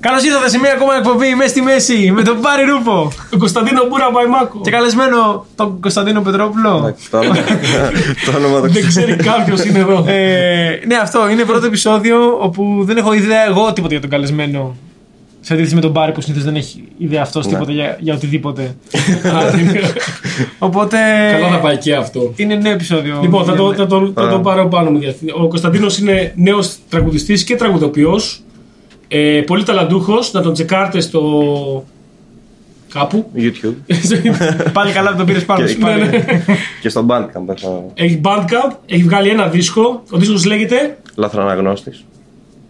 Καλώς ήρθατε σε μια ακόμα εκπομπή μες στη μέση με τον Πάρη Ρούπο Τον Κωνσταντίνο Μπούρα Μπαϊμάκο. και καλεσμένο τον Κωνσταντίνο Πετρόπουλο. Εντάξει, Το όνομα- το όνομα το Δεν ξέρει κάποιος είναι εδώ. Ε, ναι, αυτό είναι πρώτο επεισόδιο όπου δεν έχω ιδέα εγώ τίποτα για τον καλεσμένο. Σε αντίθεση με τον Πάρη που συνήθως δεν έχει ιδέα αυτός τίποτα για, για οτιδήποτε. Οπότε. Καλά θα πάει και αυτό. Είναι νέο επεισόδιο. Ε, Λοιπόν, θα το, Ναι. θα το, θα το Α. πάρω πάνω μου. γιατί Ο Κωνσταντίνος είναι νέος τραγουδιστής και τραγουδοποιός. Ε, πολύ ταλαντούχος. Να τον τσεκάρτε στο. κάπου. YouTube Πάλι καλά που τον πήρες πάνω Και- σου. Ναι, πάλι. και στο Bandcamp έχω έχει Bandcamp, έχει βγάλει ένα δίσκο. Ο δίσκος λέγεται. λαθραναγνώστης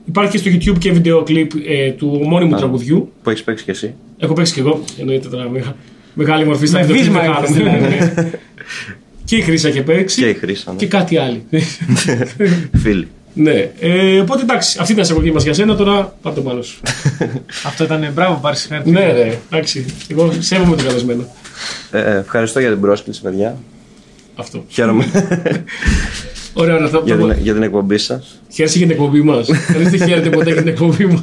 Υπάρχει και στο YouTube και βίντεο κλιπ ε, του ομώνυμου τραγουδιού. που έχεις παίξει κι εσύ. Έχω παίξει κι εγώ. Εννοείται τώρα. μεγα- μεγάλη μορφή στα Με βίντεο κλιπ βίσμα δεν έκανες, κάνουμε, ναι. Και η Χρύσα έχει παίξει. Και η Χρύσα, ναι. και κάτι άλλο. Φίλοι. ναι. Ε, οπότε εντάξει, αυτή ήταν η εισαγωγή μας για σένα. Τώρα πάρ' το πάνω σου. Αυτό ήταν ε, μπράβο, Πάρη. συγχαρητήρια. ναι, ρε. Εντάξει. Εγώ σέβομαι τον καλεσμένο. Ε, ε, Ευχαριστώ για την πρόσκληση, παιδιά. Αυτό. Χαίρομαι Ωραία, να θα για το- την- για την εκπομπή σας. Χαίρεσαι για την εκπομπή μας. Κανείς δεν χαίρεται ποτέ για την εκπομπή μας.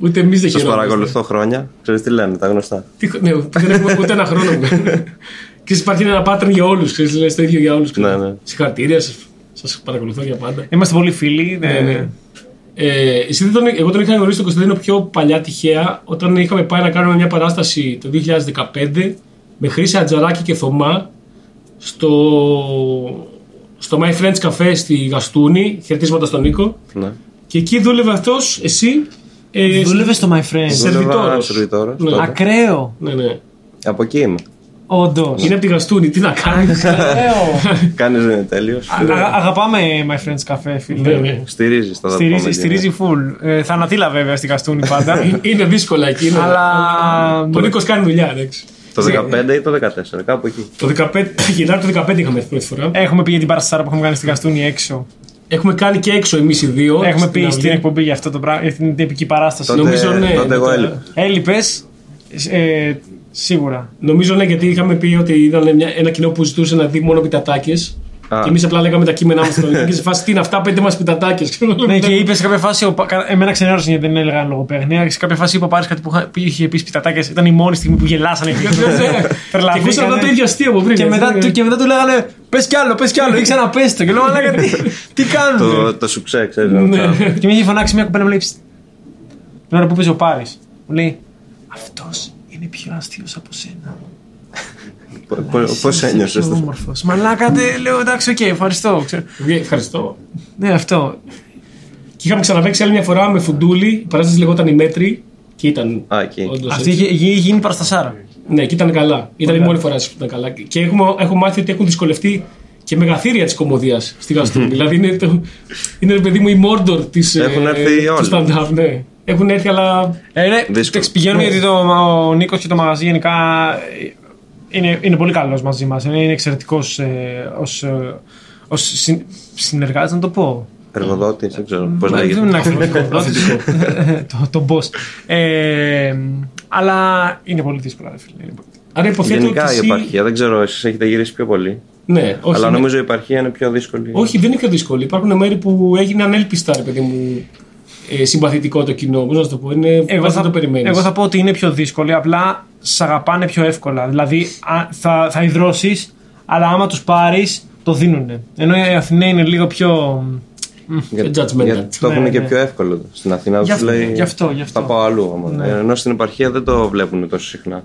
Ούτε εμείς δεν Σας χαιρόμαστε. παρακολουθώ χρόνια. Ξέρεις τι λένε, τα γνωστά. Τι- ναι, δεν έχουμε ούτε ένα χρόνο που κάνουμε. Και υπάρχει ένα pattern για όλους. Ξέρεις, λες το ίδιο για όλους. Ναι, ναι. Συγχαρητήρια, σας παρακολουθώ για πάντα. Είμαστε πολύ φίλοι. ναι. Ναι, ναι. Ε, εσύ δεν τον, εγώ τον είχα γνωρίσει τον Κωνσταντίνο πιο παλιά τυχαία όταν είχαμε πάει να κάνουμε μια παράσταση το 2015 με Χρήση Ατζαράκη και Θωμά στο, στο My Friends Café στη Γαστούνη, χαιρετίσματα στον Νίκο. Ναι. Και εκεί δούλευε αυτός, εσύ. Ε, Δούλευε στο My Friends. Δούλευα σερβιτόρος. σερβιτόρος, Ναι. τότε. Ακραίο. Ναι, ναι. Από εκεί είμαι. Όντως. Είναι από τη Γαστούνη, τι να κάνεις. Ακραίο. Κάνεις δεν είναι τέλειος. Ναι. Α- Αγαπάμε My Friends Cafe, φίλε. ναι, ναι. Στηρίζεις τα Στηρίζει, δαπόμενα. στηρίζει full. Ε, θανατήλα βέβαια στη Καστούνη πάντα. Είναι δύσκολα εκεί. ναι. αλλά. Ο Νίκος κάνει δουλειά, εντάξει. Το 15 ή το 14, κάπου εκεί. Το 15, Γενάρη του 15 είχαμε έρθει πρώτη φορά. Έχουμε πει για την παραστάρα που έχουμε κάνει στην Καστούνη έξω. Έχουμε κάνει και έξω εμείς οι δύο. Έχουμε στην πει αυλή. στην εκπομπή για αυτό το πράγμα, για την τυπική παράσταση. Τότε, Νομίζω, ναι, τότε εγώ μετά. έλειπα. Έλειπες. Ε, σίγουρα. Νομίζω ναι, γιατί είχαμε πει ότι ήταν μια, ένα κοινό που ζητούσε να δει μόνο πιτατάκες. Α. Και εμείς απλά λέγαμε τα κείμενά μας στον και σε φάση τι είναι αυτά, πέντε μας πιτατάκες. ναι, και είπε σε κάποια φάση. ο Πα- κα- Εμένα ξενέρωσε γιατί δεν έλεγα λογοπαίγνια. Σε κάποια φάση είπα πάρει κάτι που είχα- που είχε πει πιτατάκια. Ήταν η μόνη στιγμή που γελάσανε. Ναι, Και ακούσαμε Τρελαθήκανε. μετά το ίδιο αστείο από πριν. Και έτσι, μετά, ναι. του, και μετά του λέγανε Πες κι άλλο, πες κι άλλο, ή ξαναπες το. Και λέω Μαλάκα, τι, τι κάνουμε. Το, το σουξέ, ξέρεις. Ναι. αυτά. Και με είχε φωνάξει μια κουμπένα μου λέει «Ψτ». Την ώρα που παίζει ο Πάρης. Μου λέει Αυτός είναι πιο αστείος από σένα. Πο- πο- Πώς ένιωσες. το- Όμορφος. Μαλάκα, τε, λέω εντάξει, οκ, ευχαριστώ. ξέρω. Βγε- Ευχαριστώ. Ναι, αυτό. Και είχαμε ξαναπέξει άλλη μια φορά με φουντούλι. Η παράσταση λεγόταν η Μέτρη. Και ήταν. Α, εκεί. όντως Αυτή έτσι. είχε, είχε γίνει παραστασάρα. Ναι, και ήταν καλά. Ήταν η Ωραία. μόνη φορά που ήταν καλά. Και έχουμε, έχω μάθει ότι έχουν δυσκολευτεί και μεγαθύρια της κομμωδίας στη Γαστούνη. δηλαδή είναι, το, είναι, ρε παιδί μου, η Μόρντορ της. Έχουν έρθει όλοι. stand-up, ναι. Έχουν έρθει, αλλά. Ε, ναι, Δύσκολο. εντάξει, πηγαίνουμε γιατί το, ο Νίκος και το μαγαζί γενικά ε, είναι, είναι πολύ καλός μαζί μας. Είναι, είναι εξαιρετικός ε, ως ε, ως συν, συνεργάτης, να το πω. Εργοδότης, δεν ξέρω πώς Μα, λέγεται. Ναι, Δεν είναι ακριβώς. Το, το boss. Ε, αλλά είναι πολύ δύσκολο, ρε φίλε. είναι πολύ- Άρα υποθέτω Γενικά ότι. η εσύ- επαρχία, δεν ξέρω, εσείς έχετε γυρίσει πιο πολύ. Ναι, όχι, αλλά ναι. νομίζω η επαρχία είναι πιο δύσκολη. όχι, δεν είναι πιο δύσκολο. Υπάρχουν μέρη που έγιναν έλπιστα, ρε παιδί μου, ε, συμπαθητικό το κοινό. Πώς να σου το πω, είναι. Εγώ βάζει θα, να το περιμένεις. εγώ θα πω ότι είναι πιο δύσκολη, απλά σ' αγαπάνε πιο εύκολα. Δηλαδή α, θα, θα υδρώσεις, αλλά άμα τους πάρεις, το δίνουνε. Ενώ οι Αθηναίοι είναι λίγο πιο. Για- Και judgmental. γιατί το Ναι, έχουν και ναι. πιο εύκολο. Στην Αθήνα Γι' του αυτό, λέει. γι' αυτό, γι' αυτό. Θα πάω αλλού. άμα». Ναι. Ενώ στην επαρχία δεν το βλέπουν τόσο συχνά.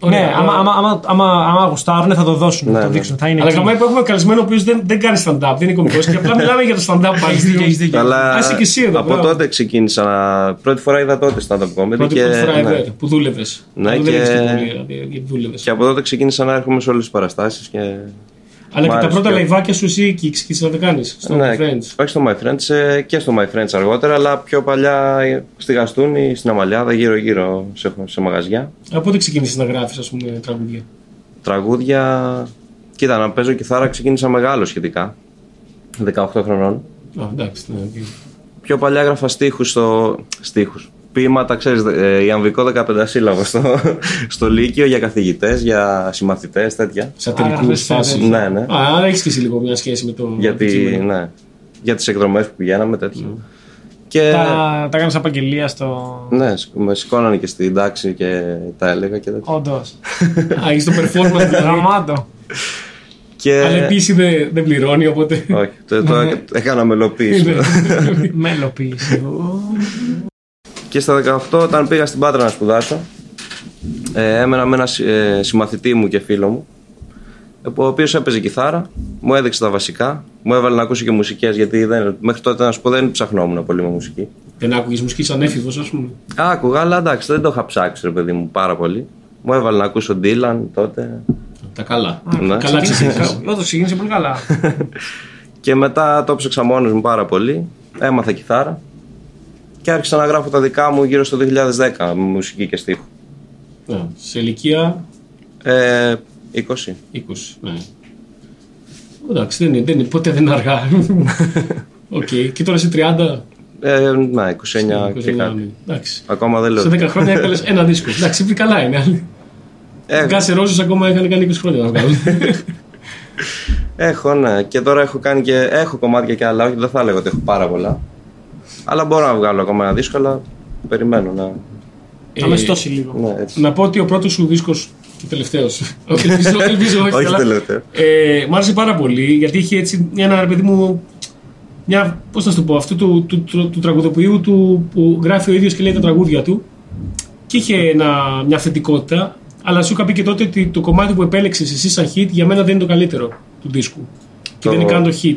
Ωραία, ναι, αλλά- άμα, άμα, άμα, άμα, άμα γουστάρουν θα το δώσουν, Ναι, θα το ναι. δείξουν. Θα είναι Αλλά εκεί. γαμάει που έχουμε καλεσμένο ο οποίος δεν, δεν κάνει stand-up, δεν είναι κωμικός και απλά μιλάμε για το stand-up πάλι. Έχεις δίκιο, έχεις δίκιο. Αλλά Άσε Ναι, και εσύ εδώ, από μπράβο. τότε ξεκίνησα. να- Πρώτη φορά είδα τότε στα up comedy. Πρώτη και, πρώτη φορά ναι. ever που δούλευες. Ναι, που και- δεν έχεις την δουλεία, δηλαδή, γιατί δούλευες. και από τότε ξεκίνησα να έρχομαι σε όλες τις παραστάσεις. Και... Αλλά Μ' και τα άρεσε πρώτα και- λαϊβάκια σου εσύ εκεί ξεκίνησες να τα κάνεις. Στο ναι, Friends. όχι στο My Friends ε, και στο My Friends αργότερα, αλλά πιο παλιά ε, στη Γαστούνη, στην Αμαλιάδα, γύρω-γύρω σε, σε μαγαζιά. Από πότε ξεκίνησες να γράφεις, ας πούμε, τραγούδια. Τραγούδια. Κοίτα, να παίζω κιθάρα ξεκίνησα μεγάλο σχετικά. 18 χρονών. Α, εντάξει, ναι, οκ. Πιο παλιά έγραφα στίχους στο... στίχους. Ποίηματα, ξέρεις, ε, ιαμβικό 15 σύλλαβος στο, στο Λύκειο για καθηγητές, για συμμαθητές, τέτοια. Άρα, Σατυρικού θες φάσει. τέτοια. Ναι, ναι. Α, άρα έχεις και εσύ λίγο μια σχέση με το. για, το τη, κείμενο. ναι, για τις εκδρομές που πηγαίναμε, τέτοια. Και... Τα, τα κάνει απαγγελία στο. Ναι, σ- με σηκώνανε και στην τάξη και τα έλεγα και τέτοια. Όντως. Α, είσαι το Ναι. performance δηλαδή. Γαμάτο. Και... Αλλά επίσης δεν δεν πληρώνει, οπότε. Ε, Όχι, το, το έκανα μελοποίηση. Μελοποίηση. Και στα 18, όταν πήγα στην Πάτρα να σπουδάσω, ε, έμενα με ένα συ- ε, συμμαθητή μου και φίλο μου, ε, ο οποίος έπαιζε κιθάρα, μου έδειξε τα βασικά, μου έβαλε να ακούσω και μουσικές, γιατί δεν, μέχρι τότε να σου πω δεν ψαχνόμουν πολύ με μουσική. Δεν άκουγε μουσική σαν έφηβος, ας πούμε. Άκουγα, αλλά εντάξει, δεν το είχα ψάξει, ρε παιδί μου, πάρα πολύ. Μου έβαλε να ακούσω Dylan τότε. Τα καλά. Ναι. Καλά ξεκίνησε. Όντω ξεκίνησε πολύ καλά. Και μετά το ψάξα μόνος μου πάρα πολύ. Έμαθα κιθάρα. Και άρχισα να γράφω τα δικά μου γύρω στο 2010 με μουσική και στίχο. Ναι, Σε ηλικία Ε, 20. 20. Ναι. Εντάξει, δεν είναι, δεν είναι, ποτέ δεν είναι αργά. Οκ. Και τώρα είσαι 30. Ε, ναι, 29 και 29, κάτι. ναι. Εντάξει. Ακόμα δεν λέω. Σε 10 χρόνια έκανε ένα δίσκο. Εντάξει, πει καλά είναι. Ε, Γκάσε Ρόζος ακόμα είχαν κάνει 20 χρόνια να βγάλουν. έχω, ναι. Και τώρα έχω κάνει και. Έχω κομμάτια και άλλα. Όχι, δεν θα λέγω ότι έχω πάρα πολλά. Αλλά μπορώ να βγάλω ακόμα ένα δίσκο, αλλά περιμένω να. Θα με στώσει λίγο. Ναι, έτσι. Να πω ότι ο πρώτος σου δίσκος και τελευταίο. ελπίζω, ελπίζω, όχι, Όχι αλλά, τελευταίο. Ε, μ' άρεσε πάρα πολύ γιατί είχε έτσι μια, ένα ρε παιδί μου. Μια, πώς να σου το πω, αυτού του, του, του, του τραγουδοποιού του που γράφει ο ίδιος και λέει τα τραγούδια του. Και είχε ένα, μια θετικότητα. Αλλά σου είχα πει και τότε ότι το κομμάτι που επέλεξες εσύ σαν hit για μένα δεν είναι το καλύτερο του δίσκου. Και Το- δεν είναι καν το hit.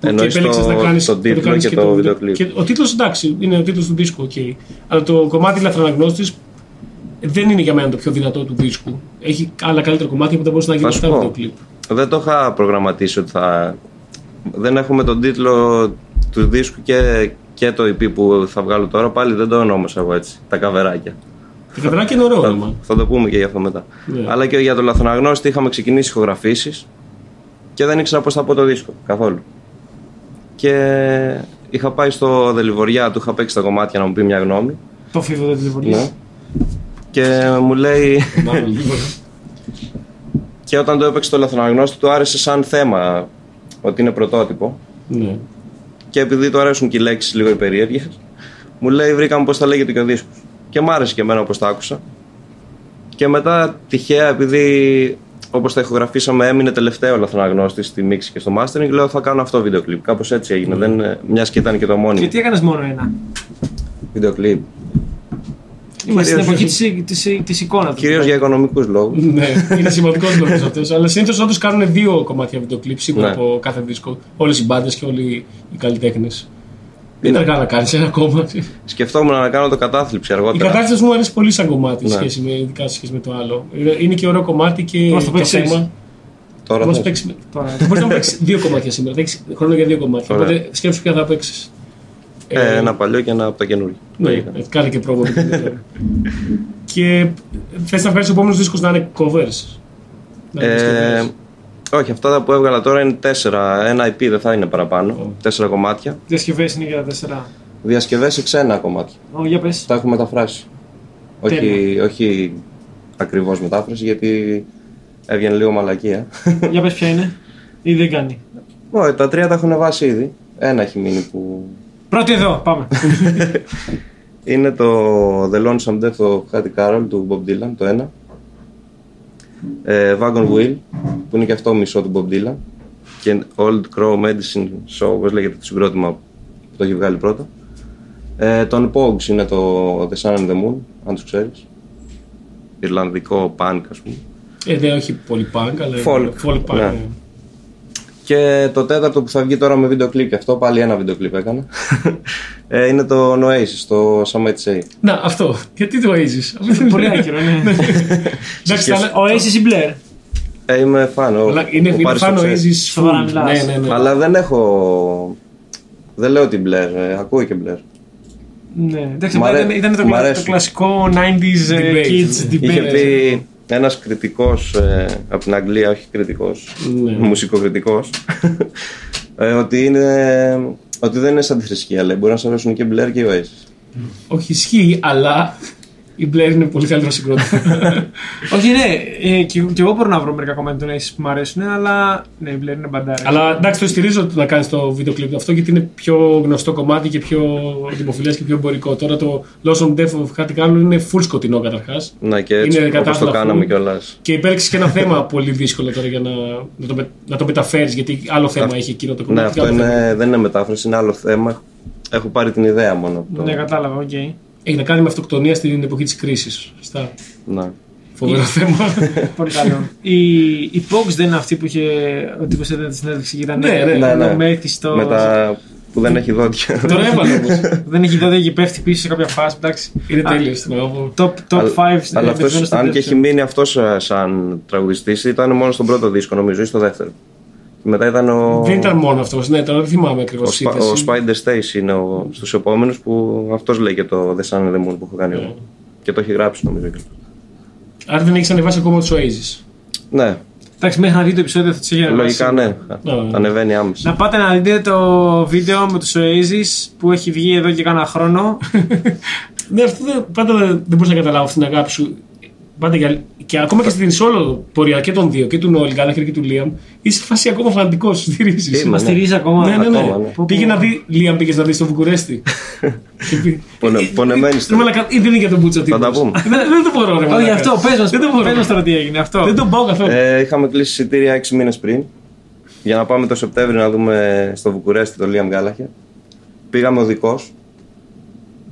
Που Εννοείς και επέλεξες το- να κάνεις, τον να τίτλο κάνεις και το βίντεο- βίντεο κλιπ. και Ο τίτλος εντάξει, είναι ο τίτλος του δίσκου, οκ. Αλλά το κομμάτι Λαθραναγνώστης δεν είναι για μένα το πιο δυνατό του δίσκου. Έχει άλλα καλύτερα κομμάτια που θα μπορούσε να γίνει Θα σου αυτά βίντεο πω. κλιπ. Δεν το είχα προγραμματίσει ότι θα. Δεν έχουμε τον τίτλο του δίσκου και, και το EP που θα βγάλω τώρα. Πάλι δεν το ονόμασα εγώ έτσι. Τα καβεράκια. Το καταράκι είναι ωραίο όνομα. Θα το πούμε και γι' αυτό μετά. Ναι. Αλλά και για το λαθροναγνώστη είχαμε ξεκινήσει ηχογραφήσεις και δεν ήξερα πώς θα πω το δίσκο καθόλου. Και είχα πάει στο Δελιβοριά, του είχα παίξει τα κομμάτια να μου πει μια γνώμη. Το φίβο δεν τη Ναι. λειτουργεί. Και μου λέει. Μάλλον λίγο. και όταν το έπαιξε το λαθροναγνώστη, του άρεσε σαν θέμα ότι είναι πρωτότυπο. Ναι. Και επειδή του αρέσουν και οι λέξεις λίγο οι περίεργες, μου λέει: Βρήκαμε πώς τα λέγεται και ο δίσκος. Και μ' άρεσε και εμένα όπως τα άκουσα. Και μετά τυχαία, επειδή όπως τα ηχογραφήσαμε, έμεινε τελευταίο λαθροναγνώστη στη μίξη και στο mastering, λέω: Θα κάνω αυτό βίντεο κλειπ. Κάπως έτσι έγινε. Δεν, μιας και ήταν και το μόνιμο Και τι έκανες μόνο ένα. βίντεο κλειπ. Είμαστε στην Κυρίως- εποχή τη εικόνας. Κυρίως για οικονομικούς λόγους. ναι, είναι σημαντικός λόγος αυτός. Αλλά συνήθως όντως κάνουν δύο κομμάτια βίντεο κλιπ σίγουρα Ναι. από κάθε δίσκο. Όλες οι μπάντες και όλοι οι καλλιτέχνες. Δεν είναι αργά να κάνεις ένα κόμμα. Σκεφτόμουν να κάνω το κατάθλιψη Η αργότερα. κατάσταση μου αρέσει πολύ σαν κομμάτι Ναι. σχέση με, ειδικά σε σχέση με το άλλο. Είναι- Είναι και ωραίο κομμάτι και Πώς το παίξεις? Τώρα Μπορείς θες. να παίξεις δύο κομμάτια σήμερα. Θα έχεις χρόνο για δύο κομμάτια. Ωραία. Οπότε σκέψου ποια θα παίξεις. Ε, ένα παλιό και ένα από τα καινούργια. Ναι, ε, κάνε και πρόμο. και θες να βγάλει του επόμενους δίσκους να είναι covers. Να είναι Ε, covers. όχι, αυτά που έβγαλα τώρα είναι τέσσερα. Ένα IP δεν θα είναι παραπάνω. Ω. Τέσσερα κομμάτια. Διασκευές είναι για τα τέσσερα. Διασκευές σε ξένα κομμάτια. Ω, Για πες. Τα έχω μεταφράσει. Όχι, Τέλεια. όχι ακριβώς μετάφραση, γιατί έβγαινε λίγο μαλακία. Για πες ποια είναι. Ή δεν κάνει. Όχι, τα τρία τα έχω ανεβάσει ήδη. Ένα έχει μείνει που. Πρώτη εδώ, πάμε. Είναι το The Lonesome Death of Hattie Carroll του Bob Dylan, το ένα. Ε, Wagon Wheel, που είναι και αυτό μισό του Bob Dylan. Και Old Crow Medicine Show, όπως λέγεται το συγκρότημα που το έχει βγάλει πρώτα. Ε, τον Pogs είναι το The Sun and the Moon, αν τους ξέρεις. Ιρλανδικό punk, ας πούμε. Ε, δεν όχι πολύ punk, αλλά. Folk. folk punk, Ναι. ναι. Και το τέταρτο που θα βγει τώρα με βίντεο κλιπ και αυτό, πάλι ένα βίντεο κλιπ έκανα. ε, είναι το Noasis, το Some Might Say. Να, αυτό. Γιατί το έζεις. Πολύ άκυρο, ναι. Εντάξει, τα άλλα- Ο Ace ή Blair. Ε, είμαι φαν. Ο, αλλά είναι ο είναι Πάρης το φαν ο ξέρει. Oasis Σοβαρά full. μιλάς. Ναι, ναι, ναι. Αλλά δεν έχω. Δεν λέω ότι μπλερ, ε, ακούω και μπλερ. Ναι, εντάξει, Μ' αρέ- ήταν, ήταν το, μ' κλα- αρέσει. το κλασικό 90s ε, Debate. kids debate. Είχε πει ένας κριτικός από την Αγγλία, όχι κριτικός, Ναι. μουσικοκριτικός, ε, ότι, είναι, ότι δεν είναι σαν τη θρησκεία, λέει. Μπορεί να σα αρέσουν και μπλερ και οι Oasis. Όχι, ισχύει, αλλά Η Blair είναι πολύ καλύτερο συγκρότημα. Όχι, ναι, ε, και, και εγώ μπορώ να βρω μερικά κομμάτια του Oasis που μου αρέσουν, αλλά ναι, η Blair είναι μπαντάρα. Αλλά εντάξει, το στηρίζω το να κάνεις το βίντεο κλειπ αυτό γιατί είναι πιο γνωστό κομμάτι και πιο δημοφιλές και πιο εμπορικό. Τώρα το Lost on Death of Hattie Carol είναι full σκοτεινό καταρχάς. Να Ναι, και έτσι, Είναι όπως το κατάσταση κάναμε full. κιόλας. Και υπέρξε και ένα θέμα πολύ δύσκολο τώρα για να, να το, με- να το μεταφέρεις, γιατί άλλο θέμα έχει εκείνο το Ναι, κομμάτι. αυτό άλλο θέμα. είναι, δεν είναι μετάφραση, είναι άλλο θέμα. Έχω πάρει την ιδέα μόνο από το. Ναι, κατάλαβα, οκ. Έχει να κάνει με αυτοκτονία στην εποχή της κρίσης. Ναι. Φοβερό θέμα. Πολύ καλό. η, η Pogs δεν είναι αυτή που είχε. Ο τύπο έδινε τη συνέντευξη και ήταν. ε, Ναι, ναι, ο ναι, ναι. μέθιστος. Με τα που δεν έχει δόντια. Τώρα έβαλε όμως. Δεν έχει δόντια και πέφτει πίσω σε κάποια φάση. Εντάξει. Είναι Α, τέλειος. στην αγάπη. Top, top 5 Αλλά- Αλλά αυτός, αν και έχει μείνει αυτός σαν τραγουδιστής, ήταν μόνο στον πρώτο δίσκο νομίζω ή στο δεύτερο. Και μετά ήταν ο. Δεν ήταν μόνο αυτός. Ναι, τώρα δεν θυμάμαι ακριβώς. Ο, Σπα- ο Spider Stace είναι ο, στους επόμενους που αυτός λέει και το The Sun and the Moon που έχω κάνει εγώ. Και το έχει γράψει νομίζω. και αυτό. Άρα δεν έχεις ανεβάσει ακόμα τους Oasis. Ναι, Εντάξει, μέχρι να δείτε το επεισόδιο θα τις έχει λογικά ανεβάσει. ναι. Ναι. Ανεβαίνει άμεσα. Να πάτε να δείτε το βίντεο με τους Oasis που έχει βγει εδώ και κάνα χρόνο. Ναι, αυτό δεν, πάντα δεν, δεν μπορούσα να καταλάβω αυτή την αγάπη σου. Πάντα για, και ακόμα και στην solo πορεία και των δύο, και του Νόλ Γκάλαχερ και του Λίαμ, είσαι σε φάση ακόμα φανατικός. Στηρίζεις. Είμαι, Μας στηρίζει ακόμα. Ναι, ναι, ναι. Ε, ακόμα, ναι. Πω, πω. Πήγε να δει, Λίαμ πήγες να δεις στο Βουκουρέστι. Και πει- Πονε, πονεμένη Ρε στιγμή. μαλακά, ή δεν είναι για τον Μπούτσο τα τύπος. πούμε. Δεν δεν το μπορώ, ρε Όχι μαλακά. αυτό, πες μας, Δεν το μπορώ. πες μας τώρα τι έγινε αυτό. Δεν τον πάω καθόλου. Ε, είχαμε κλείσει εισιτήρια 6 μήνες πριν για να πάμε το Σεπτέμβριο να δούμε στο Βουκουρέστι το Liam Gallagher. Πήγαμε οδικός,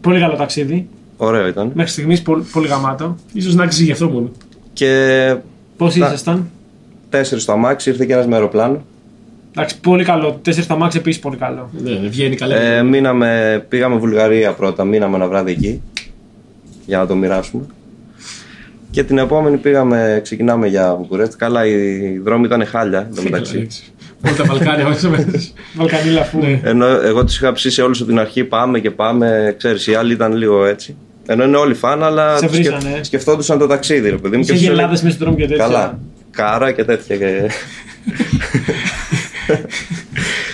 Πολύ καλό ταξίδι. ωραίο ήταν. Μέχρι στιγμής πολύ, πολύ γαμάτο. Ίσως να αξίζει γι' αυτό μόνο. Και Πώς Να. ήσασταν. τέσσερις στο αμάξι, ήρθε και ένας με αεροπλάνο. Εντάξει, πολύ καλό. Τέσσερις στα μάξι επίσης πολύ καλό. Ναι, ναι, βγαίνει καλά. Ε, μείναμε, πήγαμε Βουλγαρία πρώτα, μείναμε ένα βράδυ εκεί για να το μοιράσουμε. Και την επόμενη πήγαμε, ξεκινάμε για Βουκουρέστι. Καλά, οι δρόμοι ήταν χάλια εδώ μεταξύ. Εντάξει. Όλα τα Βαλκάνια μέσα μέσα. Βαλκανίλα φού. Ενώ εγώ τους είχα ψήσει όλους από την αρχή, πάμε και πάμε. Ξέρεις, οι άλλοι ήταν λίγο έτσι. Ενώ είναι όλοι φαν, αλλά Σε τους βρίζανε, ε. σκεφτόντουσαν το ταξίδι, ρε παιδί μου. Είχε τους έλεγα- γελάδες μέσα στον δρόμο και τέτοια. Καλά. Κάρα και τέτοια. Και,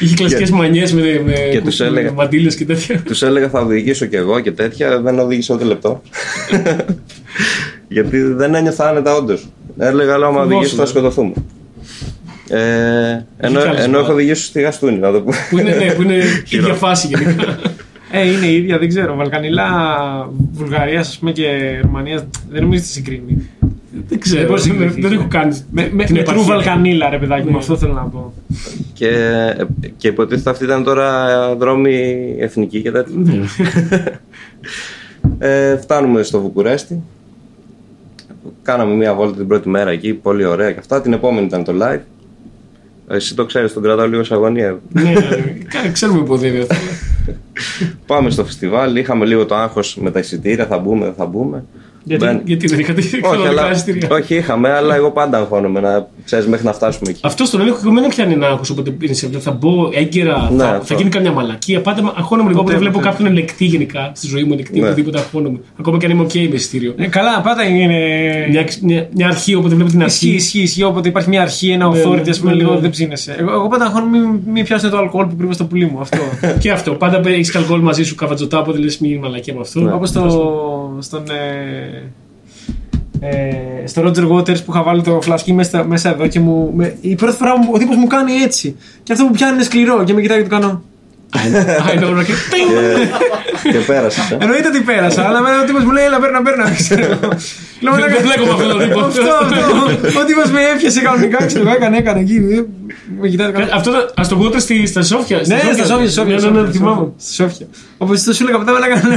Είχε κλασικές μανιές με, με, Και τους έλεγα. με μαντήλες και τέτοια. τους έλεγα θα οδηγήσω κι εγώ και τέτοια. Δεν οδήγησα ούτε λεπτό. Γιατί δεν ένιωθα άνετα, όντως. Έλεγα, λέω, άμα Φοβόσουν, οδηγήσω θα ε. σκοτωθούμε. Ε, ενώ, κι άλλες ενώ έχω φορές. οδηγήσει στη Γαστούνη, να το πούμε. που είναι, ναι, που είναι η ίδια φάση γενικά. Ε, είναι η ίδια, δεν ξέρω. Βαλκανιλά, Βουλγαρία, ας πούμε και Ρουμανία. Δεν νομίζω ότι συγκρίνει. δεν ξέρω. μπορείς να δεν, συγκριθείς. δεν έχω κάνει. Με, με, την με επαρχία. true Βαλκανίλα, ρε παιδάκι μου, Ναι. αυτό θέλω να πω. και, και υποτίθεται αυτή ήταν τώρα δρόμοι εθνικοί και τέτοια. Ναι. Ε, φτάνουμε στο Βουκουρέστι. Κάναμε μία βόλτα την πρώτη μέρα εκεί, πολύ ωραία και αυτά. Την επόμενη ήταν το live. Εσύ το ξέρεις, τον κρατάω λίγο σε αγωνία. ναι, κα- ξέρουμε που οδεύει αυτό. Πάμε στο φεστιβάλ, είχαμε λίγο το άγχος με τα εισιτήρια, θα μπούμε, δεν θα μπούμε. Γιατί- Μπαίνει- Γιατί δεν είχατε όχι, κανονικά αλλά, εισιτήρια. όχι, είχαμε, αλλά εγώ πάντα αγχώνομαι να ξέρεις μέχρι να φτάσουμε εκεί. Αυτό στον έλεγχο δεν πιάνει ένα άγχο. Οπότε είναι σε θα μπω έγκαιρα, Ναι, θα, αυτό. θα γίνει καμιά μαλακία. Πάντα αγχώνομαι λίγο. Όποτε Ποτέ, βλέπω ποτέ. κάποιον ελεκτή γενικά στη ζωή μου, ελεκτή, Ναι. οτιδήποτε αγχώνομαι. Ακόμα και αν είμαι οκ με εισιτήριο. Ε, καλά, πάντα είναι. Μια, μια, μια αρχή, όποτε βλέπω την Ισχύει, αρχή. ισχύει, ισχύει. Όποτε υπάρχει μια αρχή, ένα Ναι, authority, ναι, ας πούμε, ναι, λίγο ναι. δεν ψήνεσαι. Εγώ, εγώ πάντα έχω μην, μην πιάσουν το αλκοόλ που κρύβω στο πουλί μου. Αυτό. και αυτό. Πάντα έχεις καλκόλ μαζί σου καβατζωτά, οπότε λες μην γίνει μαλακία με Ναι. αυτό. Όπως στο, στον. Ε, ε, στο Roger Waters που είχα βάλει το φλασκί μέσα, μέσα εδώ και μου. Με, η πρώτη φορά μου, ο τύπος μου κάνει έτσι. Και αυτό που πιάνει είναι σκληρό και με κοιτάει και το κάνω. Α, είναι όλα και- Ε, και πέρασες, ε. Εννοείται ότι πέρασα, αλλά εμένα ο τύπος μου λέει Ελά, παίρνα, παίρνα. ξέρω. Λέω, Δεν «Μαλάκα, μπλέκω με αυτόν τον τύπο». Αυτό, αυτό. Ο τύπος με έπιασε κανονικά, ξέρω εγώ, έκανε, έκανε εκεί. ε, Με κοιτάει Κα- καλά. Αυτό το- ας το βγούμε στη, στα Σόφια. στη Ναι, στη Σόφια, στη Σόφια. Ναι, στη ναι, ναι, Σόφια, θυμάμαι. Στη Σόφια. Όπως το σου έλεγα, μετά με έκανε.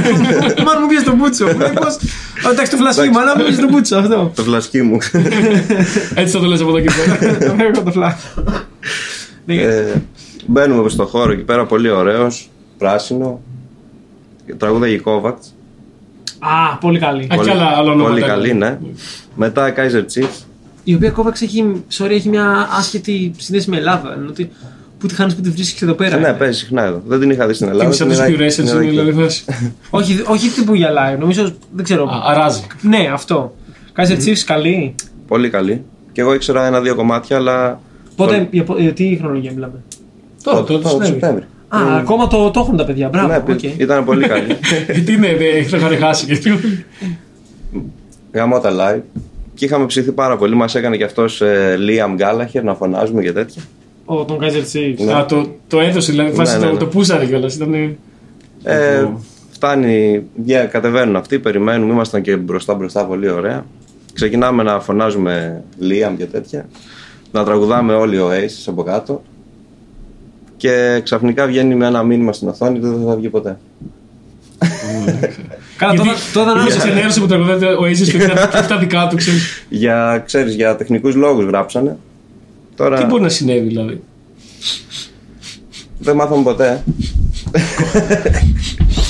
Μάλλον μου πιέζει τον Μπούτσο. Μου λέει, «Πώς, α, Εντάξει, το φλασί, μάλλον μου πιέζει τον Μπούτσο. Αυτό. Το φλασκί μου. Έτσι θα το λες από εδώ και πέρα. Εγώ το Ναι. φλάσι. Ε, μπαίνουμε στο χώρο εκεί πέρα, πολύ ωραίος, πράσινο. Τραγούδαγε η Kovacs. Α, πολύ καλή. Α, κι άλλα- άλλα ονόματα. πολύ καλή, ναι. Μετά Kaiser Chiefs. Η οποία κόβαξ έχει, sorry, έχει μια άσχετη συνέση με Ελλάδα. ενώ ότι Που τη χάνεις που τη βρίσκεις εδώ πέρα. Ε, ναι, παίζει συχνά εδώ. Δεν την είχα δει στην Ελλάδα. Είναι σαν τους την είδα- Pure Essence, την είδα είναι εκεί. δηλαδή φάση. Όχι, όχι αυτή που γελάει, νομίζω. Δεν ξέρω. Α, Αράζει. Ναι, αυτό. Kaiser Chiefs καλή. Πολύ καλή. Και εγώ ήξερα ένα-δύο κομμάτια, αλλά. Πότε, για, πο- για τι χρονολογία μιλάμε. Τώρα, τώρα το συνέβη. Σεπτέμβρη. Α, ακόμα το, το έχουν τα παιδιά. Μπράβο, Ναι, οκ. ήταν πολύ καλή. Γιατί ναι, ναι, έχει να χάσει. γιατί- Γαμώτα live. Και είχαμε ψηθεί πάρα πολύ. Μας έκανε και αυτός Liam Gallagher να φωνάζουμε και τέτοια. Ο, τον Kaiser Chiefs. Ναι. Α, το, το έδωσε, δηλαδή φάση ναι, το, ναι. το πούσαρε κιόλας. Ήταν. Ε, φτάνει, βγα- κατεβαίνουν αυτοί, περιμένουμε, ήμασταν και μπροστά μπροστά πολύ ωραία. Ξεκινάμε να φωνάζουμε Liam και τέτοια, να τραγουδάμε όλοι ο Aces από κάτω και ξαφνικά βγαίνει με ένα μήνυμα στην οθόνη ότι δεν θα βγει ποτέ. Καλά, τώρα, τώρα να σε είσαι που τραγουδάτε ο Aces και τα- και τα δικά του, ξέρεις. Για, ξέρεις, για τεχνικούς λόγους γράψανε. Τώρα Τι μπορεί να συνέβη, δηλαδή. δεν μάθαμε ποτέ.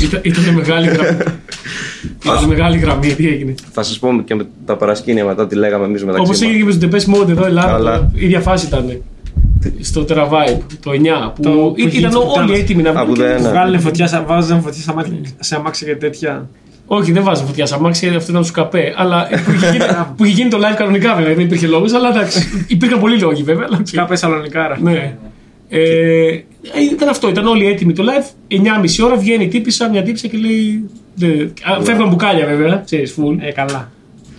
Ήταν- Ήταν μεγάλη γραμμή. Ήταν μεγάλη γραμμή, τι έγινε. Θα σας πούμε και με τα παρασκήνια μετά τι λέγαμε εμείς μεταξύ Όπως μας. έγινε και με τους Depeche Mode εδώ, Ελλάδα, Καλά. τώρα, η ίδια φάση ήταν. Στο Terravibe, το 9, που Το- ή- που ήταν είχε- όλοι έτοιμοι να Α, βγουν. που και- δεν- Βγάλανε φωτιά, σα- βάζανε φωτιά σε αμάξια, σε αμάξια και τέτοια. Όχι, δεν βάζω φωτιά σε αμάξι, γιατί αυτό ήταν στους καπέ. Αλλά ε, που είχε, γίνει, που είχε γίνει το live κανονικά βέβαια, δεν υπήρχε λόγος, αλλά εντάξει. Υπήρχαν πολλοί λόγοι βέβαια. Αλλά, Κάπου Θεσσαλονικάρα. ναι. Ε, ήταν αυτό, ήταν όλοι έτοιμοι το live. 9,5 ώρα βγαίνει η τύπησα, μια τύπησα και λέει. «Δε». Ναι. Α, Φεύγαν μπουκάλια βέβαια, ξέρεις, full. Ε, καλά.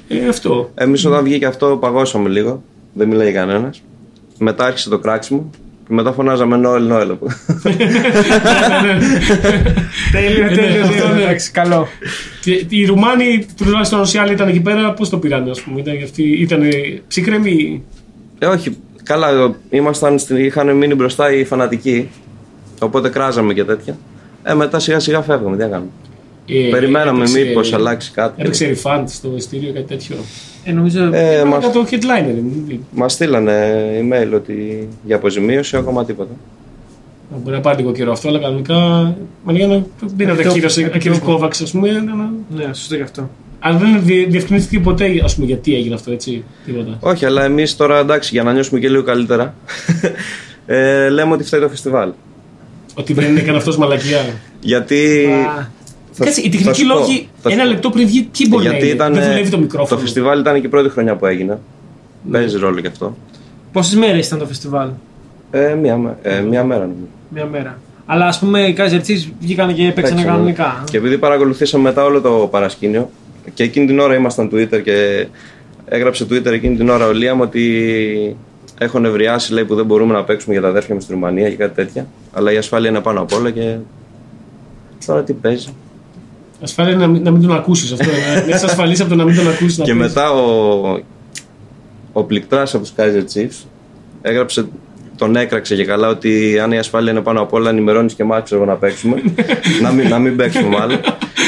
Ε, αυτό. Εμείς όταν βγήκε αυτό, παγώσαμε λίγο. Δεν μιλάει κανένας. Μετά άρχισε το κράξιμο. Και μετά φωνάζαμε Νόελ Νόελ. Τέλειο, ναι, τέλειο, αυτό, τέλειο. ναι. Εντάξει, καλό. Και οι Ρουμάνοι, τουλάχιστον όσοι άλλοι ήταν εκεί πέρα, πώς το πήραν, ας πούμε. Ήταν, αυτοί, ήταν ψυχρεμοί. ε, όχι. Καλά, ε, ήμασταν, στην- είχαν μείνει μπροστά οι φανατικοί. Οπότε κράζαμε και τέτοια. Ε, μετά σιγά σιγά φεύγαμε. Τι να κάνουμε. Ε, Περιμέναμε έπαιξε- μήπως αλλάξει κάτι. Έπαιξε refund στο ειστήριο, κάτι τέτοιο. Ε, νομίζω. Ε, Μα μας, το headliner. μην- μας στείλανε email ότι για αποζημίωση ακόμα τίποτα. Μπορεί να πάρει λίγο καιρό αυτό, αλλά κανονικά. Μα για να πήρε Εκτό- ο κύριο εκτός- Κόβαξ, ας πούμε. να- Ναι, σωστό γι' αυτό. Αλλά δεν διε- διευκρινίστηκε ποτέ, ας πούμε, γιατί έγινε αυτό, έτσι. Τίποτα. Όχι, αλλά εμείς τώρα εντάξει, για να νιώσουμε και λίγο καλύτερα, ε, λέμε ότι φταίει το φεστιβάλ. Ότι δεν έκανε αυτός μαλακιά. Γιατί. Α, θα- Κάτσε, οι θα τεχνικοί σου πω, λόγοι θα σου ένα πω. λεπτό πριν βγει, τι μπορεί να Γιατί είναι. ήταν. Δεν δουλεύει το Το μικρόφωνο. Ναι. φεστιβάλ ήταν και η πρώτη χρονιά που έγινε. Παίζει ρόλο και αυτό. Πόσες μέρες ήταν το φεστιβάλ, Ε, μία, μέ- ε, μία μέρα νομίζω. μία μέρα. Αλλά ας πούμε οι Kaiser Chiefs βγήκαν και Παίξαμε. έπαιξαν κανονικά. ναι. Και επειδή παρακολουθήσαμε μετά όλο το παρασκήνιο και εκείνη την ώρα ήμασταν Twitter και έγραψε Twitter εκείνη την ώρα ο Λίαμ ότι έχω νευριάσει λέει που δεν μπορούμε να παίξουμε για τα αδέρφια μου στην Ρουμανία και κάτι τέτοια. Αλλά η ασφάλεια είναι πάνω απ' όλα και. Τώρα τι παίζει. Ασφάλεια να μην, να μην τον ακούσεις αυτό. να- να είσαι ασφαλής από το να μην τον ακούσεις. Και μετά ο, ο πληκτράς από τους Kaiser Chiefs έγραψε, τον έκραξε και καλά ότι αν η ασφάλεια είναι πάνω απ' όλα ενημερώνεις και εμάς ξέρω να παίξουμε να, μην, να μην παίξουμε μάλλον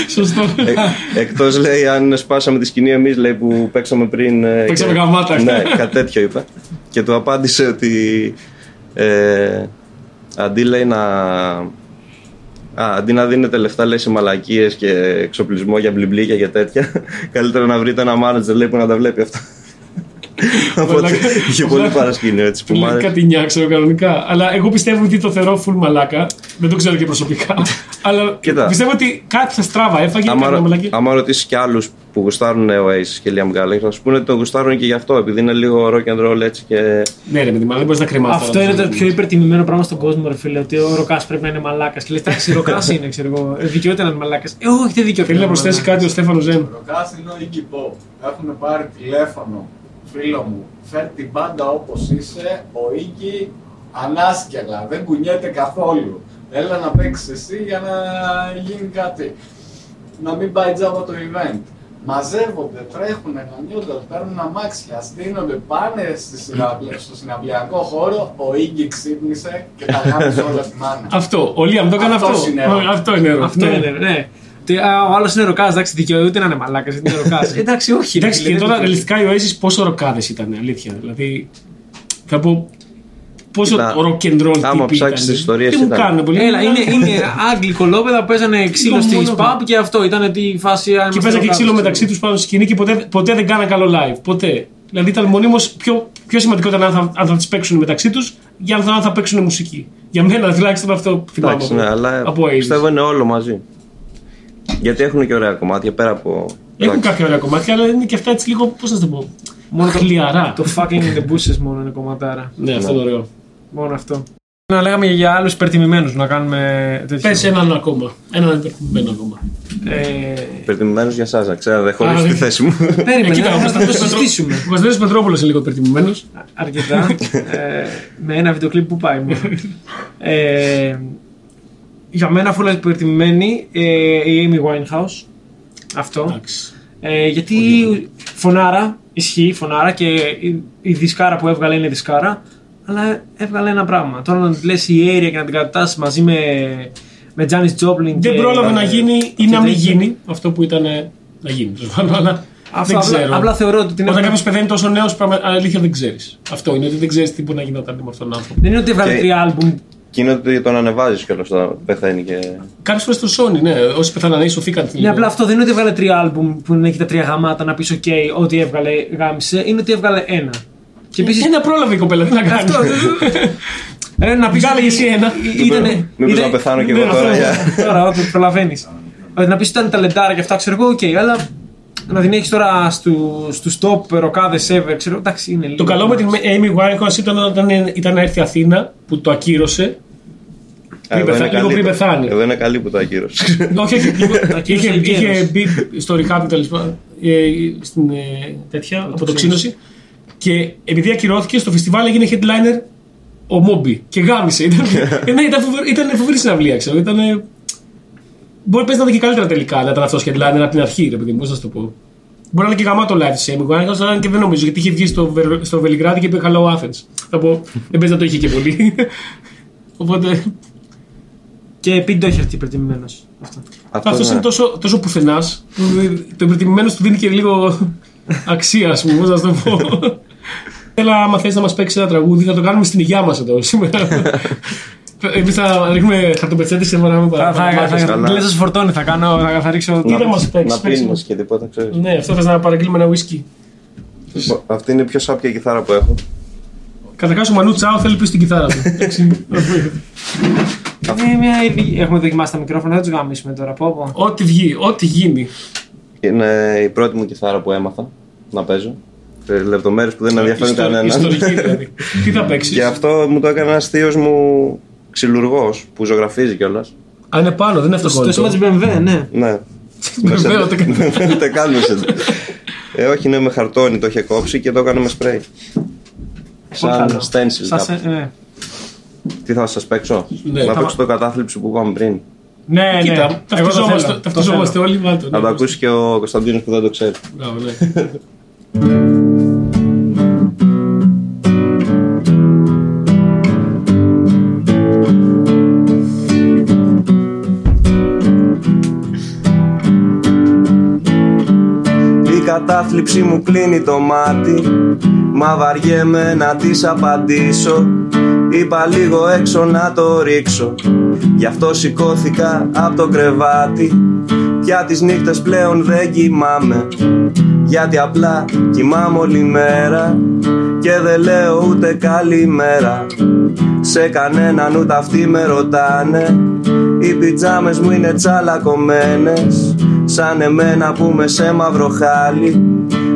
Σωστό. Ε, εκτός λέει αν σπάσαμε τη σκηνή εμείς λέει που παίξαμε πριν ε, Παίξαμε και- γαμάτα. Ναι κάτι τέτοιο είπε και του απάντησε ότι ε, αντί λέει να Α, αντί να δίνετε λεφτά λέει σε μαλακίες και εξοπλισμό για μπλιμπλίκια και τέτοια καλύτερα να βρείτε ένα manager λέει που να τα βλέπει αυτά Οπότε Μαλάκα. είχε πολύ παρασκήνιο έτσι που Του μου λέει άρεσε. κάτι νιά, ξέρω κανονικά. Αλλά εγώ πιστεύω ότι το θεωρώ full μαλάκα. Δεν το ξέρω και προσωπικά. αλλά Κοίτα. πιστεύω ότι κάτι σε στράβα έφαγε. Άμα, Άμα, ρω- μαλακή. άμα ρωτήσεις κι άλλους που γουστάρουν Oasis και Liam Gallagher, θα σου πούνε ότι τον γουστάρουν και γι' αυτό, επειδή είναι λίγο rock and roll έτσι και Ναι, ρε, παιδί μου, αλλά δεν μπορείς να κρεμάσει. Αυτό είναι το πιο υπερτιμημένο πράγμα στον κόσμο, ρε φίλε. Ότι ο Ροκάς πρέπει να είναι μαλάκας. Και λες, εντάξει, Ροκάς είναι, ξέρω εγώ. Ε, Δικαιούται να είναι μαλάκας. Ε, όχι, δεν δικαιούται. Θέλει να είναι προσθέσει μαλάκας. κάτι ο Στέφανος Ζεν. Ροκάς είναι ο Iggy Pop. Έχουν πάρει τηλέφωνο, φίλο μου. Φέρ την πάντα όπως είσαι, ο Iggy ανάσκελα. Δεν κουνιέται καθόλου. Έλα να παίξεις εσύ για να γίνει κάτι. Να μην πάει τζάμπα το event. Μαζεύονται, τρέχουν, γανιούνται, παίρνουν αμάξια, στείνονται, πάνε στη συναυλ- στο συναυλιακό χώρο. Ο Iggy ξύπνησε και τα γάμισε όλα τη μάνα. Αυτό. Ο Λίαμ το έκανε αυτό. Αυτό συνέβη. Αυτό είναι ερώτημα. Αυτό είναι, ναι. Τι, α, ο άλλος είναι ροκάς, εντάξει, δικαιούται να είναι μαλάκας, γιατί είναι ροκάς. εντάξει, όχι. ρε Κοιτάξτε, φίλε, και δεν τώρα δικαιούται. ρεαλιστικά οι Oasis πόσο ροκάδες ήταν, αλήθεια. Δηλαδή, θα πω. Πόσο Κοίτα, rock and roll άμα τύποι ψάξεις ήταν. τις ιστορίες Τι μου ήταν. κάνουν πολύ. Έλα, είναι, είναι αγγλικολόπεδα που παίζανε ξύλο Λίγο στη μόνο. pub και αυτό ήταν τη φάση. α, είμαστε Και παίζανε και ροκάδες, ξύλο ξέρω. μεταξύ τους πάνω στη σκηνή και ποτέ, ποτέ δεν κάναν καλό live. Ποτέ. Δηλαδή ήταν μονίμως πιο, πιο σημαντικό ήταν αν θα, αν θα τις παίξουν μεταξύ τους για αν θα, αν θα παίξουν μουσική. Για μένα τουλάχιστον αυτό θυμάμαι. Εντάξει, από- ναι, αλλά από Oasis. πιστεύω είναι όλο μαζί. Γιατί έχουν και ωραία κομμάτια πέρα από. Έχουν Εντάξει, κάποια ωραία κομμάτια, αλλά είναι και αυτά έτσι λίγο. Πώς να σου το πω. Μόνο το- Ναι. χλιαρά. Το fucking in the bushes μόνο είναι κομματάρα. Ναι, αυτό είναι ωραίο. Μόνο αυτό. να λέγαμε για άλλους υπερτιμημένους, να κάνουμε τέτοιο. Πες έναν ακόμα. Έναν υπερτιμημένο ακόμα. Ε, Υπερτιμημένο για εσά, να ξέρετε, έχω ρίξει Α, τη ναι. θέση μου. Περίμενε, κοίτα, ο να το Κωνσταντίνος συζητήσουμε. Ο Κωνσταντίνο Πετρόπουλο είναι λίγο υπερτιμημένο. αρκετά. ε, με ένα βιντεοκλίπ που πάει μόνο. ε, για μένα, φούλα υπερτιμημένη, ε, η Amy Winehouse. Αυτό. Εντάξει. Ε, γιατί φωνάρα, ισχύει φωνάρα και η, η δισκάρα που έβγαλε είναι δισκάρα, αλλά έβγαλε ένα πράγμα. Τώρα να τη λες η area και να την κατατάσσεις μαζί με, με Janis Joplin Δεν και- πρόλαβε να γίνει ή και να μην τέτοια. γίνει αυτό που ήταν ε, να γίνει. τέλος πάντων, αλλά Αυτό δεν απλά- ξέρω. Απλά θεωρώ ότι την Όταν έβγαλε- κάποιος πεθαίνει τόσο νέος, αλήθεια δεν ξέρεις. Αυτό είναι ότι δεν ξέρεις τι μπορεί να γινόταν με αυτόν τον άνθρωπο. Δεν είναι ότι έβγαλε Και- τρία άλμπουμ. Και είναι ότι τον ανεβάζεις κιόλα όταν πεθαίνει και. Κάποιες φορές στο Sony, ναι, όσοι πεθανανέοι σωθήκαν. Ναι, απλά αυτό δεν είναι ότι έβγαλε τρία άλμπουμ που να έχει τα τρία γαμάτα να πεις: OK, ό,τι έβγαλε γάμισε. Είναι ότι έβγαλε ένα. Και επίσης. Ένα πρόλαβε η κοπέλα, τι Ε, να κάνει. Αυτό. Ρε, Ε, να πεις Βγάλε ότι εσύ ένα. Ήτανε, Μήπω ήταν- να πεθάνω κι εγώ Ναι, τώρα. αυτό. για- Τώρα, ό,τι προλαβαίνεις. Να πεις ότι ήταν ταλεντάρα και αυτά, ξέρω εγώ, οκ, αλλά να την έχεις τώρα στου top ροκάδες ever, ξέρω εντάξει, είναι λίγο. Το καλό με την Amy Winehouse ήταν όταν ήταν να έρθει η Αθήνα που το ακύρωσε. Α, εδώ πεθα- είναι λίγο καλή. πριν πεθάνει. Εδώ είναι καλή που το ακύρωσε. Όχι, όχι. λίγο- είχε, ακύρωσε είχε εγκαίρως. μπει στο rehab τέλος πάντων. ε, Στην ε, τέτοια αποτοξίνωση. Και επειδή ακυρώθηκε, στο φεστιβάλ έγινε headliner ο Μόμπι και γάμισε. Ήταν, ε, ναι, ήταν, φοβερ- ήταν φοβερή συναυλία, ξέρω. Ήταν, ε, μπορεί πες να ήταν και καλύτερα τελικά να ήταν αυτός headliner από την αρχή, ρε παιδί μου, πώς να σου το πω. Μπορεί να είναι και γαμάτο live σε Amy Winehouse, αλλά και δεν νομίζω γιατί είχε βγει στο, Βερ- στο Βελιγράδι και είπε Hello Athens. Θα πω, δεν παίζει να το είχε και πολύ. Οπότε Και Pete το έχει αυτή υπερτιμημένο. αυτό είναι ναι. τόσο, τόσο πουθενάς που το υπερτιμημένος του δίνει και λίγο αξία, ας πούμε, πώς να σου το πω. Θέλω, άμα θες να μας παίξεις ένα τραγούδι, θα το κάνουμε στην υγειά μας εδώ σήμερα. Εμείς θα ρίχνουμε χαρτοπετσέτες και να μην παρακολουθούμε. καλά. Λε, σα φορτώνει, θα κάνω, θα καθαρίξω. Τι θα μας Να παίξει. πίνουμε και τίποτα, ξέρεις. Ναι, αυτό θες να παραγγείλουμε ένα whisky. Αυτή είναι η πιο σάπια κιθάρα που έχω. Καταρχάς ο Μανού Τσάου θέλει πίσω την κιθάρα του. Εντάξει. Είναι Ναι, μια ειδική- Έχουμε δοκιμάσει τα μικρόφωνα, δεν τους γαμίσουμε τώρα. Πω, πω. ό,τι βγει, ό,τι γίνει. Είναι η πρώτη μου κιθάρα που έμαθα να παίζω. Λεπτομέρειες που δεν ενδιαφέρουν Ιστο- κανέναν. Ιστορική δηλαδή. Τι θα παίξεις. Και αυτό μου το έκανε ένας θείος μου ξυλουργός που ζωγραφίζει κιόλας. Α, είναι πάνω, δεν είναι αυτό Το σήμα της BMW, ναι. Ναι. Βεβαίω, το κάνω. Ούτε καν με σε- Ε, όχι, είναι με χαρτόνι, το είχε κόψει και το έκανε με σπρέι. Σαν καλό. stencil. Σας- κάπου. ε, Τι θα σας παίξω, Ναι, Να θα- παίξω το κατάθλιψη που είπαμε πριν. Ναι, ναι. Εγώ Κοίτα, το ταυτιζόμαστε- θέλω, το ταυτιζόμαστε θέλω. όλοι. βάλτε Να το ναι. ακούσει και ο Κωνσταντίνος που δεν το ξέρει. Μπράβο, ναι. Η κατάθλιψη μου κλείνει το μάτι Μα βαριέμαι να της απαντήσω Είπα λίγο έξω να το ρίξω Γι' αυτό σηκώθηκα από το κρεβάτι Πια τις νύχτες πλέον δεν κοιμάμαι Γιατί απλά κοιμάμαι όλη μέρα Και δεν λέω ούτε καλημέρα σε κανέναν ούτε αυτοί με ρωτάνε Οι πιτζάμες μου είναι τσαλακωμένες Σαν εμένα που είμαι σε μαύρο χάλι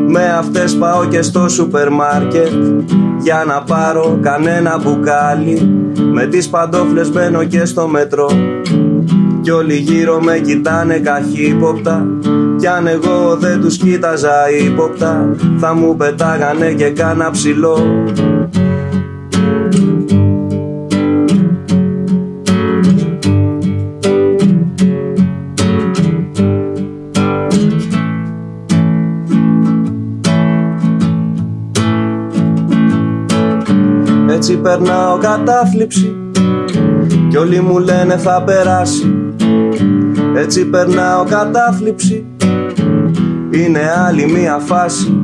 Με αυτές πάω και στο σούπερ μάρκετ Για να πάρω κανένα μπουκάλι Με τις παντόφλες μπαίνω και στο μετρό Κι όλοι γύρω με κοιτάνε καχύποπτα Κι αν εγώ δεν τους κοίταζα ύποπτα Θα μου πετάγανε και κάνα ψηλό Έτσι περνάω κατάθλιψη Κι όλοι μου λένε θα περάσει Έτσι περνάω κατάθλιψη Είναι άλλη μία φάση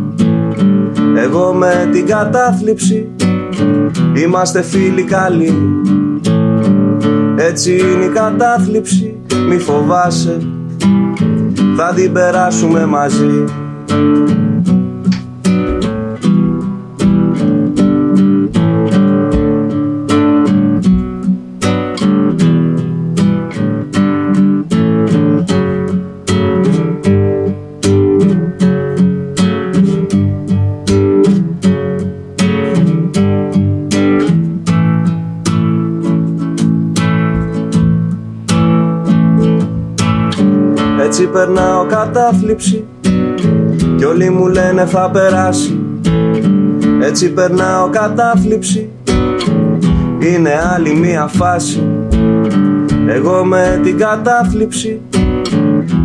Εγώ με την κατάθλιψη Είμαστε φίλοι καλοί Έτσι είναι η κατάθλιψη Μη φοβάσαι Θα την περάσουμε μαζί περνάω κατάθλιψη Κι όλοι μου λένε θα περάσει Έτσι περνάω κατάθλιψη Είναι άλλη μία φάση Εγώ με την κατάθλιψη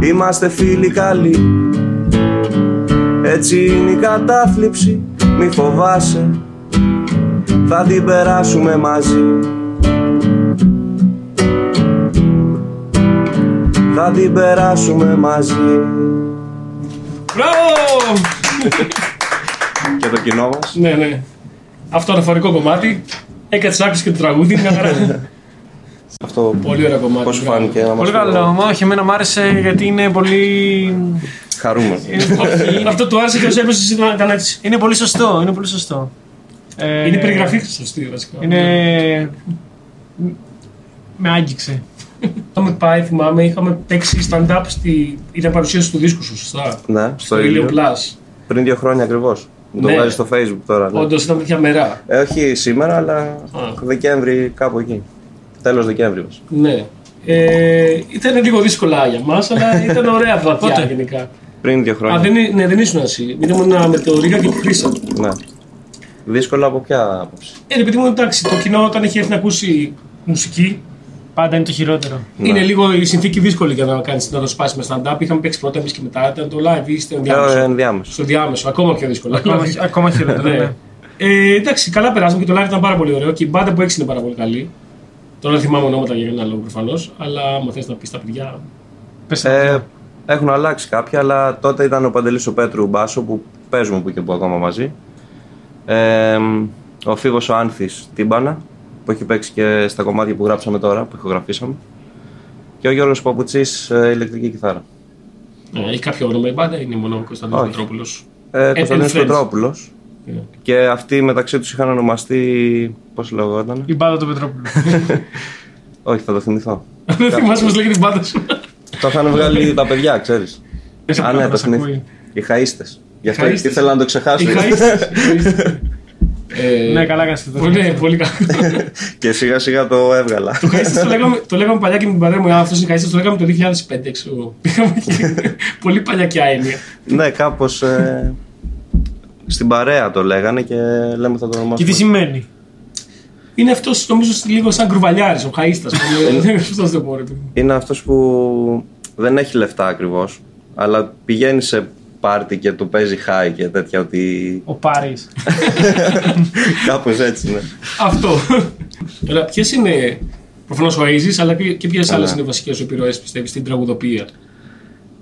Είμαστε φίλοι καλοί Έτσι είναι η κατάθλιψη Μη φοβάσαι Θα την περάσουμε μαζί θα την περάσουμε μαζί. Μπράβο! Και το κοινό μας. ναι, ναι. Αυτό το αναφορικό κομμάτι. Έκατσε άκρη και το τραγούδι. Μια χαρά. Αυτό Πολύ ωραίο κομμάτι. Ναι. πώς σου μπράβο. φάνηκε να μας Πολύ πει καλό. ο- Μα όχι, εμένα μου άρεσε γιατί είναι πολύ. Χαρούμενος. Αυτό- Αυτό του άρεσε και όσο έπεσε εσύ να ήταν έτσι. Είναι πολύ σωστό. Είναι πολύ σωστό. Ε, Είναι η περιγραφή σωστή βασικά. Είναι. Με άγγιξε. Είχαμε πάει, θυμάμαι, είχαμε παίξει stand-up στη... Ήταν παρουσίαση του δίσκου σου, σωστά. Ναι, στο Στο Ήλιο ήλιο. Plus. Πριν δύο χρόνια ακριβώς. Μου Το Ναι. βγάζει στο facebook τώρα. ναι. Όντως ήταν τέτοια μερά. Ε, όχι σήμερα, αλλά Α. Δεκέμβρη, κάπου εκεί. Τέλος Δεκέμβρη μας. Ναι. Ε, ήταν λίγο δύσκολα για μας, αλλά ήταν ωραία Πότε? βραδιά γενικά. Πριν δύο χρόνια. Α, δεν, είναι- ναι, δεν ήσουν εσύ. Ήμουν με το Ρίγα και τη Χρήσα. Ναι. Δύσκολα από ποια άποψη. Ε, ρε παιδί μου, εντάξει, το κοινό όταν έχει έρθει να ακούσει μουσική, Πάντα είναι το χειρότερο. Ναι. είναι λίγο η συνθήκη δύσκολη για να κάνεις να το σπάσεις με stand-up. Είχαμε παίξει πρώτα εμείς και μετά ήταν το live ή στο Ε, ενδιάμεσο. ενδιάμεσο. Στο διάμεσο, ακόμα πιο δύσκολο. Ακόμα, ακόμα χειρότερο. Ναι. ναι. Ε, εντάξει, καλά περάσαμε και το live ήταν πάρα πολύ ωραίο και η μπάντα που έχει είναι πάρα πολύ καλή. Τώρα δεν θυμάμαι ονόματα για κανένα λόγο προφανώς, αλλά άμα θες να πεις τα παιδιά. Πες Ε, έχουν αλλάξει κάποια, αλλά τότε ήταν ο Παντελής ο Πέτρου Μπάσο που παίζουμε που και που ακόμα μαζί. Ε, ο Φίβος ο Άνθης Τύμπανα που έχει παίξει και στα κομμάτια που γράψαμε τώρα, που ηχογραφήσαμε. Και ο Γιώργος Παπουτσής ε, ηλεκτρική κιθάρα. Ε, έχει κάποιο όνομα η μπάντα, είναι μόνο ο Κωνσταντίνος Ναι. Όχι. Ναι. Πετρόπουλος. Ε, Κωνσταντίνος and friends. Πετρόπουλος Ε, και αυτοί μεταξύ τους είχαν ονομαστεί, πώς λεγόταν, Η μπάλα του Πετρόπουλου. ναι, όχι θα το θυμηθώ. Δεν θυμάσαι πώς λέγεται η μπάντα σου. Το είχαν βγάλει τα παιδιά, ξέρεις. Λες Α, απλά ναι, να το σε ακούει. θυμήθηκα. Οι χαΐστες. Γι' αυτό χαΐστες. ήθελα να το ξεχάσω. Είχα Ναι, καλά έκανες και το Ναι, Ε, πολύ καλά. και σιγά σιγά το έβγαλα. Το Χαΐστας το λέγαμε, το λέγαμε παλιά και με την παρέα μου. Αυτός είναι Χαΐστας, το λέγαμε το 2005, ξέρω εγώ. Πήγαμε και πολύ παλιακιά έννοια. ναι, κάπως ε, στην παρέα το λέγανε και λέμε θα το Και ονομάσουμε. τι σημαίνει. Είναι αυτός νομίζω λίγο σαν κρουβαλιάρης, ο Χαΐστας. Αυτός δεν μπορεί. Είναι αυτός που δεν έχει λεφτά ακριβώς, αλλά πηγαίνει σε πάρτι και του παίζει high και τέτοια ότι Ο Πάρης. κάπως έτσι ναι. Αυτό. Τώρα, ποιες είναι. Προφανώς ο Aziz, αλλά και ποιες άλλες Ναι. είναι βασικές σου επιρροές, πιστεύεις, στην τραγουδοποιία.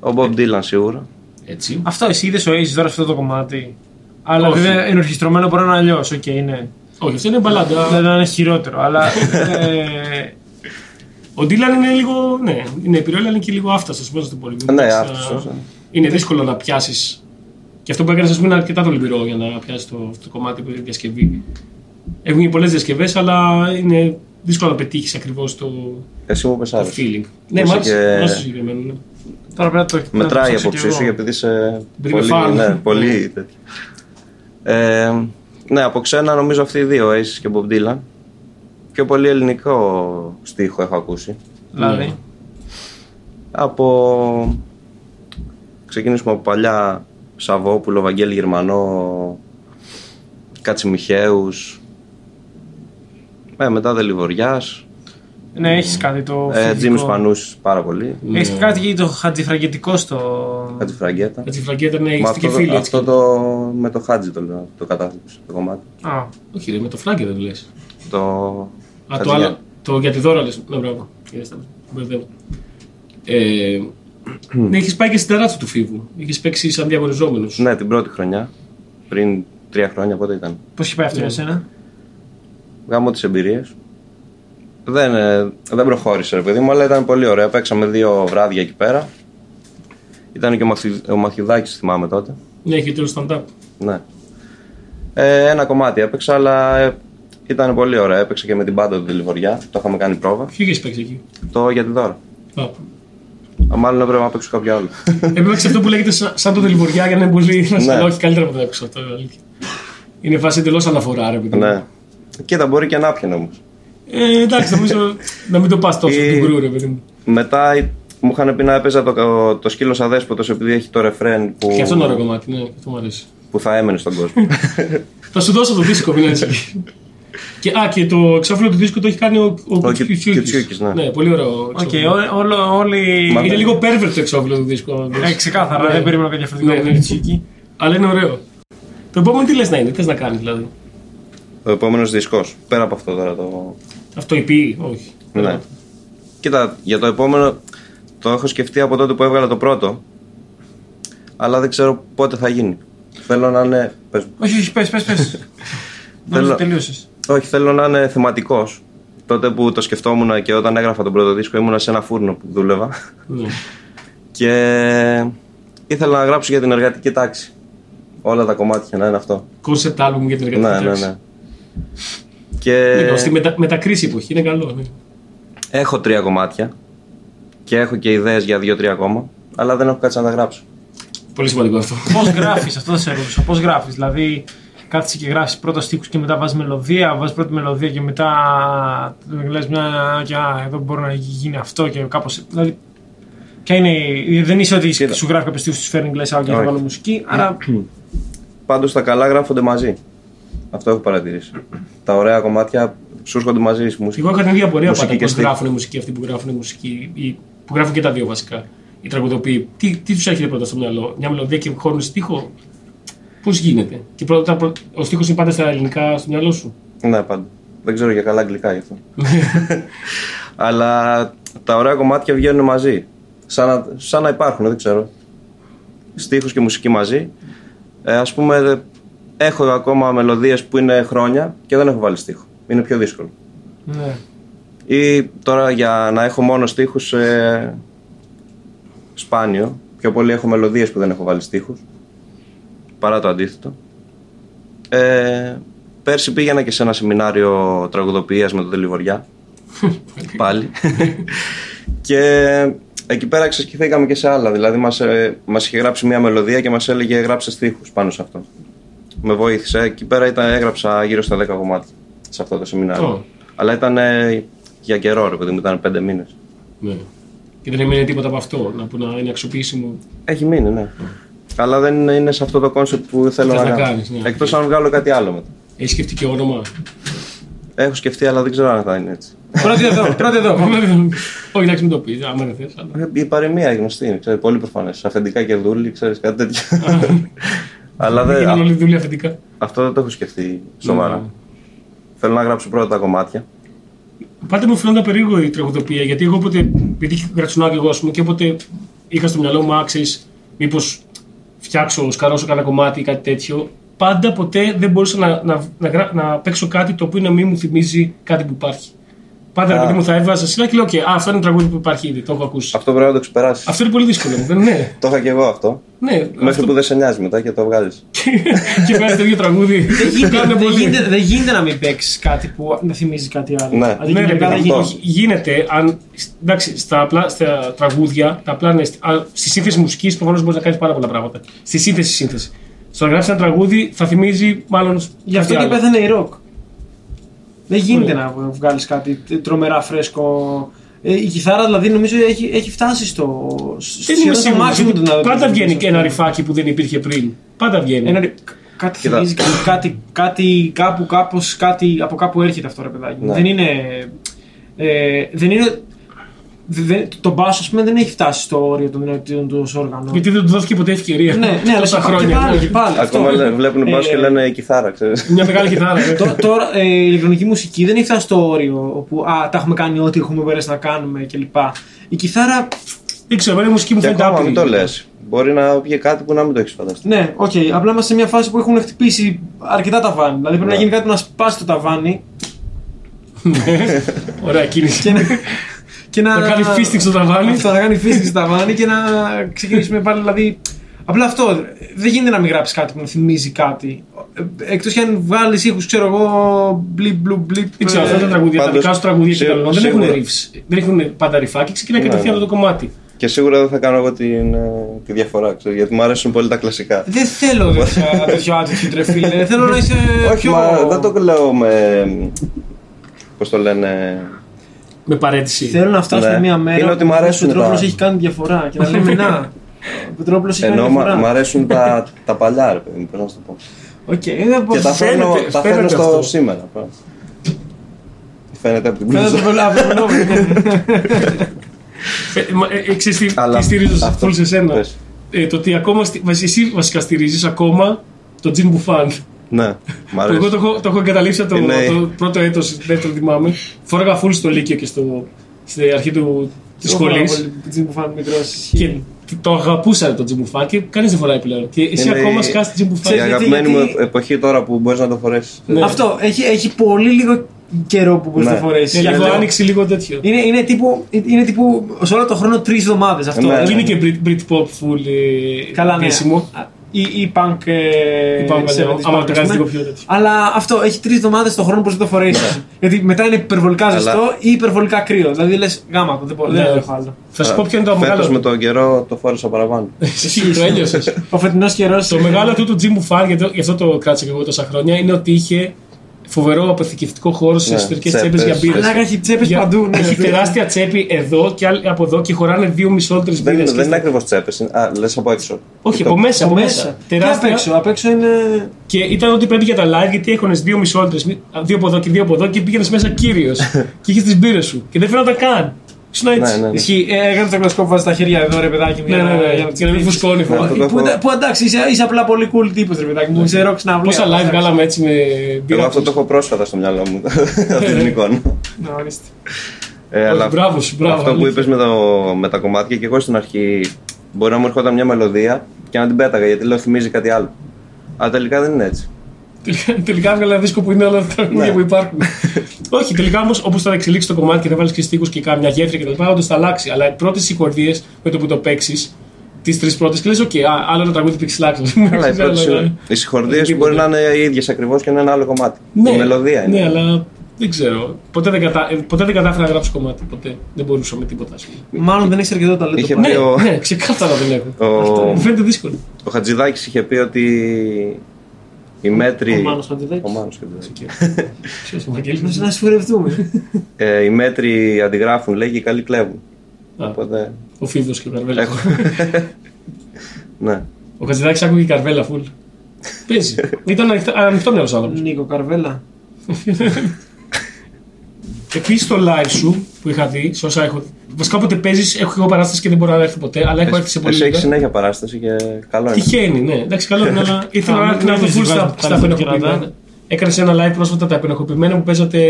Ο Bob Dylan σίγουρα. Έτσι. Αυτό εσύ είδες ο Ace τώρα σε αυτό το κομμάτι. Αλλά Όχι. βέβαια ενορχιστρωμένο μπορεί να είναι αλλιώ. Οκ, ναι. Όχι, αυτό είναι μπαλάντα. Δηλαδή να είναι χειρότερο. Αλλά. ε, Ο Ντίλαν είναι λίγο. Ναι, είναι επιρροή, αλλά είναι και λίγο άφταστος. Πώ να το πω. λίγο. Ναι, Σαν- άφταστος, ναι. Είναι δύσκολο να πιάσεις. Και αυτό που έκανες, ας πούμε, είναι αρκετά δολυμπηρό για να πιάσεις το, το κομμάτι που είναι διασκευή. Έχουν γίνει πολλές διασκευές, αλλά είναι δύσκολο να πετύχεις ακριβώς το, Εσύ μου πες το άρεσε. feeling. Ναι, Είσαι μάλιστα. και- μάλιστα συγκεκριμένο, ναι. τώρα πρέπει να το. να το Μετράει η ψάξω κι απόψη εγώ. σου επειδή είσαι Dream πολύ, fan. ναι, πολύ τέτοιο. Ε, ναι, από ξένα νομίζω αυτοί οι δύο, Aces και Bob Dylan. Πιο πολύ ελληνικό στίχο έχω ακούσει. Δηλαδή. Από... Ξεκινήσουμε από παλιά Σαββόπουλο, Βαγγέλη Γερμανό, Κατσιμιχαίους, ε, μετά Δελιβοριάς, Ναι, έχεις κάτι το. ε, Ναι. Τζίμις φοιτητικό. Πανούς πάρα πολύ, Ναι. Έχεις κάτι και το χατζιφραγκετικό στο. Κατσιφραγκέτα. Τα τσιφραγκέτα είναι Μα έχεις αυτό, και το- φίλοι. έτσι. αυτό το, με το Χάτζι το, λέω, το κατάθλιψε το κομμάτι. Α, Όχι, ρε, με το φράγκε δεν λες. Το... Α, Χατζηγιά. το άλλο. Το για τη δώρα λες. Ναι, μπράβο. Είδες τα, μπερδεύω. Ε, ναι, έχεις πάει και στην ταράτσου του φίβου. Έχεις παίξει σαν διαγωνιζόμενο. Ναι, την πρώτη χρονιά, πριν τρία χρόνια πότε ήταν. πώς έχει πάει αυτό για Ναι. σένα. Γάμω τις εμπειρίες. Δεν, ε, δεν προχώρησε, ρε παιδί μου, αλλά ήταν πολύ ωραία. Παίξαμε δύο βράδια εκεί πέρα. Ήταν και ο, Μαθη, ο Μαθηδάκης, θυμάμαι τότε. Ναι, έχει τέλο stand-up. Ναι. Ε, ένα κομμάτι έπαιξα, αλλά ε, ήταν πολύ ωραία. Έπαιξα και με την πάντα του τη Λιβωριά. Το είχαμε κάνει πρόβα. Ποιο έχει παίξει εκεί. Το για τη δώρα. Α. Α, Μάλλον έπρεπε να παίξω κάποιο άλλο. Έπαιξε αυτό που λέγεται σαν σαν το Δελβοριά για να είναι πολύ. να σε- Ναι. αλλά Όχι, καλύτερα από το άκουσα αυτό. είναι αλήθεια. Είναι φάση εντελώς αναφορά, ρε παιδί. μου. ναι. Κοίτα, μπορεί και να πιανε όμως. Ε, εντάξει, νομίζω να μην το πας τόσο Ε, του γκρου, ρε παιδί μου. Μετά ε, Μου είχαν πει να έπαιζα το, το σκύλο αδέσποτο επειδή έχει το ρεφρέν που, Και αυτό είναι ωραίο κομμάτι, ναι, αυτό μου αρέσει. που θα έμενε στον κόσμο. Θα σου δώσω το δίσκο, μην έτσι. και, α, και το εξώφυλλο του δίσκου το έχει κάνει ο, ο, Κιου- Κουτσιούκης. Κιουτσιούκης, ναι. Ναι, πολύ ωραίο. Οκ, εξώφυλλο. ό- όλο, όλοι. Μα- Είναι λίγο pervert το εξώφυλλο του δίσκου. αν δεις. Ε, ξεκάθαρα, δεν περίμενα κάτι διαφορετικό Ναι, από ναι. την Τσίκη. Αλλά είναι ωραίο. Το επόμενο τι λες να είναι, τι θες να κάνεις δηλαδή. ο επόμενος δίσκο. Πέρα από αυτό τώρα το. Αυτό η ποιή, όχι. Ναι. Κοίτα, για το επόμενο το έχω σκεφτεί από τότε που έβγαλα το πρώτο. Αλλά δεν ξέρω πότε θα γίνει. Θέλω να είναι. πες μου. Όχι, όχι, πες, πες. πες. Νομίζω Θέλω- τελείωσες. Όχι, θέλω να είναι θεματικός. Τότε που το σκεφτόμουν και όταν έγραφα τον πρώτο δίσκο, ήμουνα σε ένα φούρνο που δούλευα. Ναι. και ήθελα να γράψω για την εργατική τάξη. Όλα τα κομμάτια να είναι αυτό. Concept album για την ναι, εργατική τάξη. ναι, Ε, ναι. Και Ναι, Στη μετα, μετακρίση εποχή είναι καλό. Ναι. έχω τρία κομμάτια. Και έχω και ιδέες για δύο-τρία ακόμα. Αλλά δεν έχω κάτσει να τα γράψω. Πολύ σημαντικό αυτό. Πώς γράφεις, αυτό θα σε ρωτήσω. Πώς γράφεις, δηλαδή κάθεσαι και γράφεις πρώτα στίχους και μετά βάζεις μελωδία, βάζεις πρώτη μελωδία και μετά λες μια. και α, εδώ μπορεί να γίνει αυτό και κάπως. Δηλαδή, ποια είναι, η- δεν είσαι ότι Κοίτα. σου γράφει κάποιος στίχους, σου φέρνει λε, και θα Όχι. Ναι. βάλω μουσική. Άρα Πάντως τα καλά γράφονται μαζί. Αυτό έχω παρατηρήσει. τα ωραία κομμάτια σου έρχονται μαζί στη μουσική. Εγώ είχα την ίδια απορία Μουσική πάντα. και Πώς στίχη. γράφουν μουσική αυτοί που γράφουν μουσική, ή που γράφουν και τα δύο βασικά. Οι τραγουδοποιοί. Τι, τι τους έρχεται πρώτα στο μυαλό, Μια μελωδία και χώνουν στίχο. Πώς γίνεται. Και πρώτα, πρω- ο στίχος είναι πάντα στα ελληνικά στο μυαλό σου. Ναι, πάντα. Δεν ξέρω για καλά αγγλικά γι' αυτό. Αλλά τα ωραία κομμάτια βγαίνουν μαζί. Σαν να, σαν να υπάρχουν, δεν ξέρω. Στίχους και μουσική μαζί. Ε, ας πούμε, ε, έχω ακόμα μελωδίες που είναι χρόνια και δεν έχω βάλει στίχο. Είναι πιο δύσκολο. ναι. Ή τώρα για να έχω μόνο στίχους ε, σπάνιο. Πιο πολύ έχω μελωδίες που δεν έχω βάλει στίχους. Παρά το αντίθετο. Ε, πέρσι πήγαινα και σε ένα σεμινάριο τραγουδοποιίας με τον Τελιβοριά. Πάλι. και εκεί πέρα εξασκηθήκαμε και σε άλλα. Δηλαδή μας, ε, μας είχε γράψει μια μελωδία και μας έλεγε γράψε στίχους πάνω σε αυτό. Με βοήθησε. Εκεί πέρα ήταν, έγραψα γύρω στα 10 κομμάτια σε αυτό το σεμινάριο. Ω. Αλλά ήταν ε, για καιρό, ρε παιδί μου, ήταν 5 μήνες. Ναι. Και δεν έμεινε τίποτα από αυτό. Να, που να είναι αξιοποιήσιμο. Έχει μείνει, ναι. Αλλά δεν είναι- είναι σε αυτό το κόνσεπτ που θέλω Θες να, να κάνω. κάνεις, ναι. Εκτός αν βγάλω κάτι άλλο μετά. Έχεις σκεφτεί και όνομα. Έχω σκεφτεί, αλλά δεν ξέρω αν θα είναι έτσι. Πρώτη εδώ, πρώτη εδώ. Όχι, εντάξει, μην το πεις. Άμα δεν θες. Ε, Η παροιμία η γνωστή είναι, ξέρεις, πολύ προφανές. Αφεντικά και δούλοι, ξέρεις κάτι τέτοιο. αλλά δεν, Είναι Ε, α- όλη δουλειά αφεντικά. αυτό δεν το έχω σκεφτεί σοβαρά. Ναι. Θέλω να γράψω πρώτα τα κομμάτια. Πάντα μου φαίνονταν περίεργο η τραγουδοποιία, γιατί εγώ όποτε. Επειδή γρατσουνά και εγώ, ας πούμε, και όποτε είχα στο μυαλό μου άξει, μήπως φτιάξω, σκαρώσω κανένα κομμάτι ή κάτι τέτοιο, πάντα ποτέ δεν μπορούσα να, να, να, γρα- να παίξω κάτι το οποίο να μην μου θυμίζει κάτι που υπάρχει. Πάντα Α. επειδή μου θα έβαζα σειρά και λέω: «Οκ, α, αυτό είναι τραγούδι που υπάρχει ήδη, το έχω ακούσει. Αυτό πρέπει να το ξεπεράσεις. Αυτό είναι πολύ δύσκολο. μου, δεν- ναι, Το είχα και εγώ αυτό. ναι. Μέχρι αυτό- που δεν σε νοιάζει μετά και το βγάζει. και βγάζει το ίδιο τραγούδι. Δεν γίνεται, Κάνε δεν, πολύ. γίνεται, δεν γίνεται να μην παίξεις κάτι που να θυμίζεις κάτι άλλο. Ναι. Δηλαδή, Ναι, ρε, γενικά παιδί, δεν γίνεται. αυτό. γι- γίνεται. Αν, εντάξει, στα, απλά, στα τραγούδια, τα απλά, ναι, σ- α, στη σύνθεση μουσικής προφανώς μπορείς να κάνεις πάρα πολλά πράγματα. Στη σύνθεση σύνθεση. Στο να γράψεις ένα τραγούδι θα θυμίζει μάλλον. Γι' αυτό κάτι και άλλο. Ναι. πέθανε η ροκ. Δεν γίνεται να βγάλεις κάτι τρομερά φρέσκο. Ε, η κιθάρα δηλαδή νομίζω έχει, έχει φτάσει στο. Δεν είμαι σίγουρος, γιατί Πάντα βγαίνει και ένα ρηφάκι που δεν υπήρχε πριν. Πάντα βγαίνει. Ένα, ρι- κάτι Κοίτα. θυμίζει, κάτι, κάτι, κάτι κάπου, κάπως, κάτι, από κάπου έρχεται αυτό ρε παιδάκι. μου. Ναι. Δεν είναι. Ε, δεν είναι δεν, το μπάσο, ας πούμε, δεν έχει φτάσει στο όριο των δυνατοτήτων του ως όργανο. Γιατί δεν του δόθηκε ποτέ ευκαιρία. ναι, ναι, αλλά τόσα και χρόνια. πάλι, και πάλι, αυτό. Ακόμα λέ- βλέπουν μπα και Ε, λένε κιθάρα, ξέρεις. Μια μεγάλη κιθάρα. ε. Τω- Τώρα ε, η ηλεκτρονική μουσική δεν έχει φτάσει στο όριο όπου α, τα έχουμε κάνει ό,τι έχουμε περάσει να κάνουμε κλπ. Η κιθάρα, Ναι, Δεν ξέρω, εμένα η μουσική μου Και φαίνεται ακόμα μην το άπειρη. λες. Μπορεί να βγει κάτι που να μην το έχεις φανταστεί. ναι, οκ, απλά είμαστε σε μια φάση που έχουν χτυπήσει αρκετά ταβάνι. Δηλαδή πρέπει Ναι. να γίνει κάτι που να σπάσει το ταβάνι Ωραία κίνηση. και να. και Να κάνει φίστιξ στο ταβάνι. Αυτό, να κάνει φίστιξ στο ταβάνι και να ξεκινήσουμε πάλι. Δηλαδή, απλά αυτό. Δεν γίνεται να μην γράψεις κάτι που να θυμίζει κάτι. Εκτό κι αν βγάλει ήχους, ξέρω εγώ, μπλιπ, μπλουπ, μπλιπ. Δεν ξέρω, ε, αυτά τα τραγούδια, τα πάντως, δικά σου τραγούδια και τα σίγου- λοιπά, δεν έχουν σίγουρα. riffs. Δεν έχουν πάντα ρηφάκι, ξεκινάει Ναι, κατευθείαν ναι. το κομμάτι. Και σίγουρα δεν θα κάνω εγώ την, ε, τη διαφορά, ξέρεις, γιατί μου αρέσουν πολύ τα κλασικά. Δεν θέλω τέτοια- τέτοιο attitude, ρε φίλε. Θέλω να Ε, είσαι Όχι, πιο... μα δεν το λέω με. Πώς το λένε. με παρέτηση. Θέλω να φτάσουμε Ναι. μια μέρα Είναι ότι μ' αρέσουν ο Πετρόπουλος τα- έχει κάνει διαφορά και να λέμε να. Ο Πετρόπουλος έχει κάνει Ενώ διαφορά. μ' αρέσουν τα, τα παλιά, ρε παιδί μου, πώς να σου το πω. Οκ, δεν Και τα μπορώ. φέρνω, φαίνεται- τα φέρνω φαίνεται στο αυτό. σήμερα. πράγμα. Φαίνεται από την Θέλω να πλούζα. το προλάβω. Ε, μα, ε, ε, ξέρεις τι, Αλλά τι στηρίζω αυτό- αυτό σε σένα. πες. Ε, το ότι ακόμα, στη- βασι- εσύ βασικά στηρίζεις ακόμα το Jim Buffon. Ναι, μ' Που εγώ αρέσει. το έχω, το έχω εγκαταλείψει από το, Είναι- το πρώτο έτος, δεύτερο θυμάμαι. Φόραγα full στο Λύκειο και στο, στην αρχή του, της σχολής. Τι μου φάνηκε μικρό. Και το αγαπούσα το Jim Buffon και κανείς δεν φοράει πλέον. Και εσύ Είναι ακόμα η- σκάς Jim Buffon. Η Ξέρεις, αγαπημένη μου γιατί- εποχή τώρα που μπορείς να το φορέσεις. Ναι. Αυτό έχει, έχει πολύ λίγο καιρό που μπορείς Ναι. να φορέσει. Ε, Γι' λίγο αυτό- άνοιξε λίγο τέτοιο. Είναι, είναι, τύπου, είναι τύπου σε όλο το χρόνο τρεις εβδομάδες αυτό. Δηλαδή, Ναι. Και είναι και Brit, Britpop full ε, Καλά, ναι. επίσημο. Α, Ή, ή punk. Ε, Ή punk, ναι, 70s άμα punk, το κάνεις ας πούμε. λίγο πιο Ναι. τέτοιο. Αλλά αυτό έχει τρεις εβδομάδες το χρόνο που μπορεί να το φορέσει. Γιατί μετά είναι υπερβολικά Αλλά- ζεστό ή υπερβολικά κρύο. Δηλαδή λες γάμα, δεν, μπορώ, Ναι. δεν έχω άλλο. Θα σου πω ποιο είναι το Φέτος με μεγάλο. τον καιρό το φόρεσα παραπάνω. Εσύ το έλειωσες. Ο φετινός καιρός. Το μεγάλο του του Jim Buffon, γιατί γι' αυτό το κράτησα και εγώ τόσα χρόνια, είναι ότι είχε φοβερό αποθηκευτικό χώρο στις Ναι, εσωτερικές τσέπες, Ναι, τσέπες για μπύρες. Πλάκα έχει τσέπες παντού. ναι. Έχει τεράστια τσέπη εδώ και άλλη- από εδώ και χωράνε δύο μισόλτρες μπύρε. Δεν, δεν είναι ακριβώς τσέπες. Α, λες από έξω. Όχι, Το- από μέσα. Από Από μέσα. μέσα. Και απ' έξω. Απ' έξω είναι. Και ήταν ότι πρέπει για τα live γιατί έχονε δύο μισόλτρες, δύο από εδώ και δύο από εδώ και πήγαινε μέσα κύριος. και είχες τις μπύρες σου. Και δεν φαίνονταν καν. Σου Ναι, ναι, έτσι. ναι. Ισχύει. Ε, Έκανε το κλασικό που βάζει τα χέρια εδώ ρε παιδάκι μου. Ναι, για να- ναι, για να ναι. τις Και να μην κλείσεις. φουσκώνει. Ναι, αυτό το Που, έχω- Ναι. εντα- που εντάξει, είσαι, είσαι απλά πολύ cool τύπος, ρε παιδάκι μου. Είσαι ναι, ροκ να Πόσα live βγάλαμε έτσι με μπύρα. Εγώ αυτό το έχω πρόσφατα στο μυαλό μου. Αυτή την εικόνα. Να ορίστε. Ε, Ε, Όχι, μπράβο σου, μπράβο, αυτό που αλήθεια. είπες με, το- με τα κομμάτια και εγώ στην αρχή μπορεί να μου ερχόταν μια μελωδία και να την πέταγα γιατί λέω θυμίζει κάτι άλλο. Αλλά τελικά δεν είναι έτσι. Τελικά- Τελικά έβγαλε ένα δίσκο που είναι όλα τα τραγούδια Ναι. που υπάρχουν. Όχι, τελικά όμως όπως θα εξελίξει το κομμάτι και θα βάλεις και στίχους και κάμια γέφυρα κτλ. Όντως θα αλλάξει. Αλλά οι πρώτες συγχωρίε με το που το παίξεις, τις τρεις πρώτες και λες: Οκ, α, άλλο ένα τραγούδι πήγε λάξο. Αλλά οι, πρώτες- ναι. οι συγχωρδίε μπορεί να είναι οι ίδιες ακριβώς και να είναι άλλο κομμάτι. η μελωδία είναι. Ναι, αλλά δεν ξέρω. Ποτέ δεν, κατα... ε, ποτέ δεν κατάφερα να γράψω κομμάτι. Ποτέ δεν μπορούσα με τίποτα. ας πούμε. Μάλλον δεν έχεις αρκετό ταλέντο. Είχε πάλι. πει ο, Ναι, ξεκάθαρα δεν έχω. Ο- Αυτό μου φαίνεται δύσκολο. ο Χατζηδάκης είχε πει ότι οι Ο μέτρη. Μάνος Χατζηδάκης. Ο Μάνος Χατζηδάκης. Ποιος ο Μας Βαγγέλης? να σφουρευτούμε. Ε, οι μέτροι αντιγράφουν, λέει, και οι καλοί κλέβουν. Α, Οπότε. Ο Φίβο και ο Καρβέλα. Έχω. ναι. Ο Χατζηδάκης άκουγε καρβέλα φουλ. Παίζει. Ήταν ανοιχτό μυαλό άνθρωπος. Νίκο Καρβέλα. Επίσης στο live σου που είχα δει, σε όσα έχω δει. Βασικά όποτε παίζεις, έχω εγώ παράσταση και δεν μπορώ να έρθω ποτέ, αλλά έχω έρθει σε Εσύ πολύ εσύ έχεις λίγα. συνέχεια παράσταση και καλό είναι. Τυχαίνει, ναι. Εντάξει, καλό είναι, αλλά ήθελα Α, να μην να έρθω νομίζεις, full στα, βγάζω στα τα απενεχοποιημένα. κερατά. Έκανες ένα live πρόσφατα τα απενεχοποιημένα που παίζατε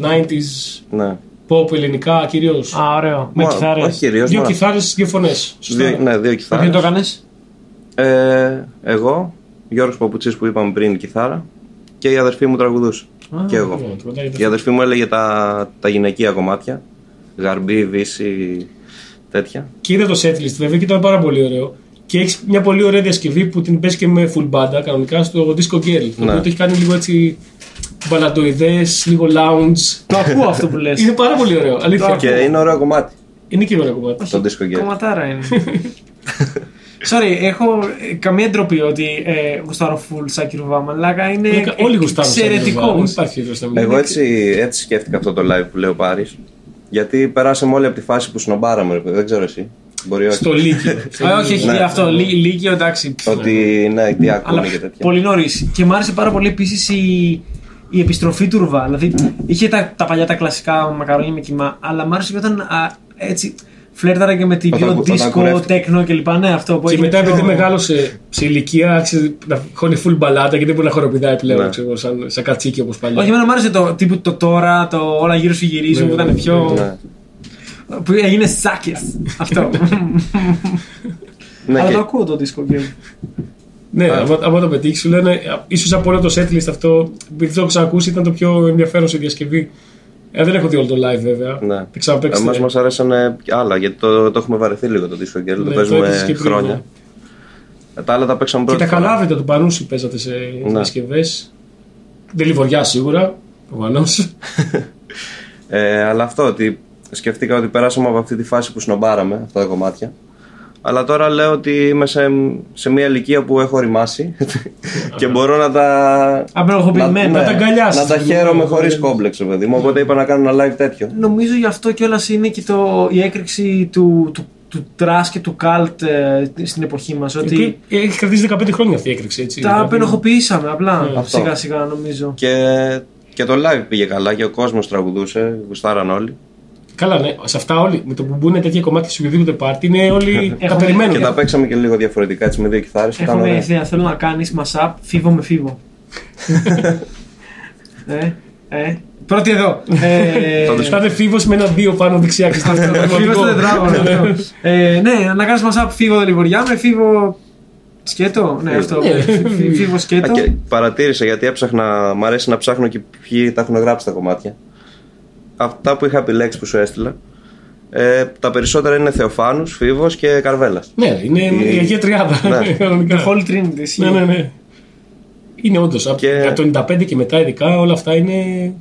90s Ναι. pop ελληνικά κυρίως. Α, ωραίο. Με Μα- κιθάρες. Όχι κυρίως, Δύο μόνο. κιθάρες, δύο φωνές. Δύο, ναι, δύο Με κιθάρες. ποιον το έκανες. Ε, εγώ, Γιώργος Παπουτσής που είπαμε πριν, κιθάρα. Και η αδερφή μου τραγουδούσε. και Ναι, εγώ. Η αδερφή μου έλεγε τα, τα γυναικεία κομμάτια. Γαρμπή, βύση, τέτοια. Και είδα το setlist βέβαια και ήταν πάρα πολύ ωραίο. Και έχεις μια πολύ ωραία διασκευή που την παίζει και με full banda κανονικά στο Disco Girl. Το Ναι. οποίο το έχει κάνει λίγο έτσι μπαλαντοειδές, λίγο lounge. Το ακούω αυτό που λες. Είναι πάρα πολύ ωραίο. Αλήθεια. Και είναι ωραίο κομμάτι Είναι και ωραίο κομμάτι. το disco game. Κομματάρα είναι. Sorry, έχω ε, καμία ντροπή ότι ε, γουστάρω full Σάκη Ρουβά, αλλά είναι Λάκα, Όλοι γουστάρουν. σαν Ε, εξαιρετικό. Ρεβά. Δεν υπάρχει εδώ στα Εγώ έτσι, έτσι σκέφτηκα αυτό το live που λέει ο Πάρης. Γιατί περάσαμε όλοι από τη φάση που σνομπάραμε, ρε παιδί, δεν ξέρω εσύ. Μπορεί όχι. Στο Λύκειο. Στο Α, όχι, Λύκειο. έχει Ναι. αυτό, λί- Λύκειο, εντάξει. Ότι ναι, τι ακούνε Αλλά και τέτοια. πολύ νωρίς. Και μου άρεσε πάρα πολύ επίσης η, η επιστροφή του Ρουβά. Δηλαδή είχε τα, τα παλιά τα κλασικά μακαρόνια με κοιμά, αλλά μου άρεσε και όταν α, έτσι φλέρταρα και με την Όταν πιο κου- όταν disco, κουρεύτηκε. τέκνο κλπ. Ναι, αυτό που Και έγινε μετά πιο- επειδή μεγάλωσε σε ηλικία, άρχισε να χώνει full μπαλάτα και δεν μπορεί να χοροπηδάει Ναι. πλέον, ξέρω, σαν, σαν κατσίκι όπως παλιά. Όχι, εμένα μου άρεσε το τύπου το τώρα, το όλα γύρω σου γυρίζουν Ναι, που ήταν ναι, πιο. Ναι. που έγινε σάκες. Αυτό. Ναι, Αλλά και- το ακούω το disco game. Ναι, άμα, άμα το πετύχεις, σου λένε, ίσως από όλο το setlist αυτό, επειδή το έχω ξανακούσει, ήταν το πιο ενδιαφέρον σε διασκευή. Ε, δεν έχω δει όλο το live βέβαια. Ναι. Θα ξαναπέξει. Εμάς μας αρέσανε άλλα γιατί το, το έχουμε βαρεθεί λίγο το disco girl, το Ναι, το έπαιξες παίζουμε και πριν, χρόνια. Ε, Τα άλλα τα παίξαμε Και πρώτα. τα καλάβρητα του Πανούση παίζατε σε Ναι. διασκευέ. Δεν λιβωριά σίγουρα, προφανώς. Ε, αλλά αυτό ότι σκεφτήκα ότι περάσαμε από αυτή τη φάση που σνομπάραμε αυτά τα κομμάτια. Αλλά τώρα λέω ότι είμαι σε, σε μια ηλικία που έχω ρημάσει και μπορώ να τα. Απενοχοποιημένα. ναι, Να τα αγκαλιάσεις, Να τα δηλαδή. χαίρομαι χωρίς κόμπλεξ, ρε παιδί μου. Οπότε είπα να κάνω ένα live τέτοιο. Νομίζω γι' αυτό κιόλας είναι και το, η έκρηξη του, του, του τρας και του καλτ ε, στην εποχή μας. Ότι ε, Έχει κρατήσει 15 χρόνια αυτή η έκρηξη. Έτσι, Δηλαδή, τα απενοχοποιήσαμε απλά Αυτό. σιγά σιγά νομίζω. Και, και το live πήγε καλά και ο κόσμος τραγουδούσε, γουστάραν όλοι. Καλά, ναι. Σε αυτά όλοι. Με το που μπουν τέτοια κομμάτια σε οποιοδήποτε πάρτι είναι όλοι. τα Έχουμε- περιμένουν. Και τα παίξαμε και λίγο διαφορετικά έτσι με δύο κιθάρες. Ήταν Έχω μια ωραία. ιδέα, θέλω να κάνεις μασάπ, φίβο με φίβο. ε, ε. Πρώτη εδώ. Ε, Θα τους Θα είναι φίβος με ένα δύο πάνω δεξιά και στα αυτά τα Φίβος στο πραγματικό. τετράγωνο. αυτό. Ε, Ναι, να κάνεις μασάπ, φίβο δελιβοριάμε, φίβο. Σκέτο, ναι, αυτό. Ναι. Φί- Φίβο Ε, Α, σκέτο. και παρατήρησα γιατί έψαχνα, μ' αρέσει να ψάχνω και ποιοι τα έχουν γράψει τα κομμάτια. Αυτά που είχα επιλέξει που σου έστειλα, ε, τα περισσότερα είναι Θεοφάνους, Φίβος και Καρβέλας. Ναι, είναι η Αγία Τριάδα. Ναι. κανονικά. Holy Trinity. ισχύει. Ναι, ναι, ναι. Είναι όντως. Από Και- το 95 και μετά, ειδικά όλα αυτά είναι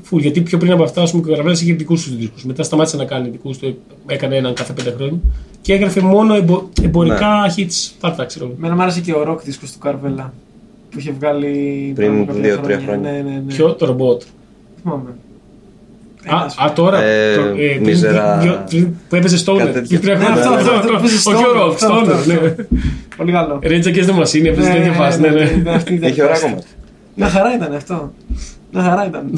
full. Γιατί πιο πριν από αυτά, ας πούμε, και ο Καραβέλας είχε δικούς τους δίσκους. Μετά σταμάτησε να κάνει δικούς του, έκανε έναν κάθε πέντε χρόνια. Και έγραφε μόνο εμπο... εμπορικά Ναι. hits. Πάρτα, ξέρω εγώ. Εμένα μου άρεσε και ο ροκ δίσκος του Καρβέλα που είχε βγάλει Πριν κάποια δύο-τρία χρόνια. Ναι, ναι, ναι. Ποιο το ρομπότ. Θυμάμαι. Α, Ένας. α, τώρα. Ε, το- πριν- μιζερά. δυο- πριν- Που έπαιζε Stoner. Κάτι τέτοιο. Πριν τρία Ναι, χρόνια. αυτό, αυτό, αυτό, που έπαιζε Ο Stoner, Γιώργο, αυτό, αυτό, Stoner. ναι. αυτό. Πολύ καλό. Rage Against the Machine, έπαιζε τέτοια φάση. ναι, ναι. ήταν αυτή, ήταν Έχει ωραία αυτή. κομμάτια. Μια χαρά ήταν αυτό. Μια χαρά Ναι. ήταν.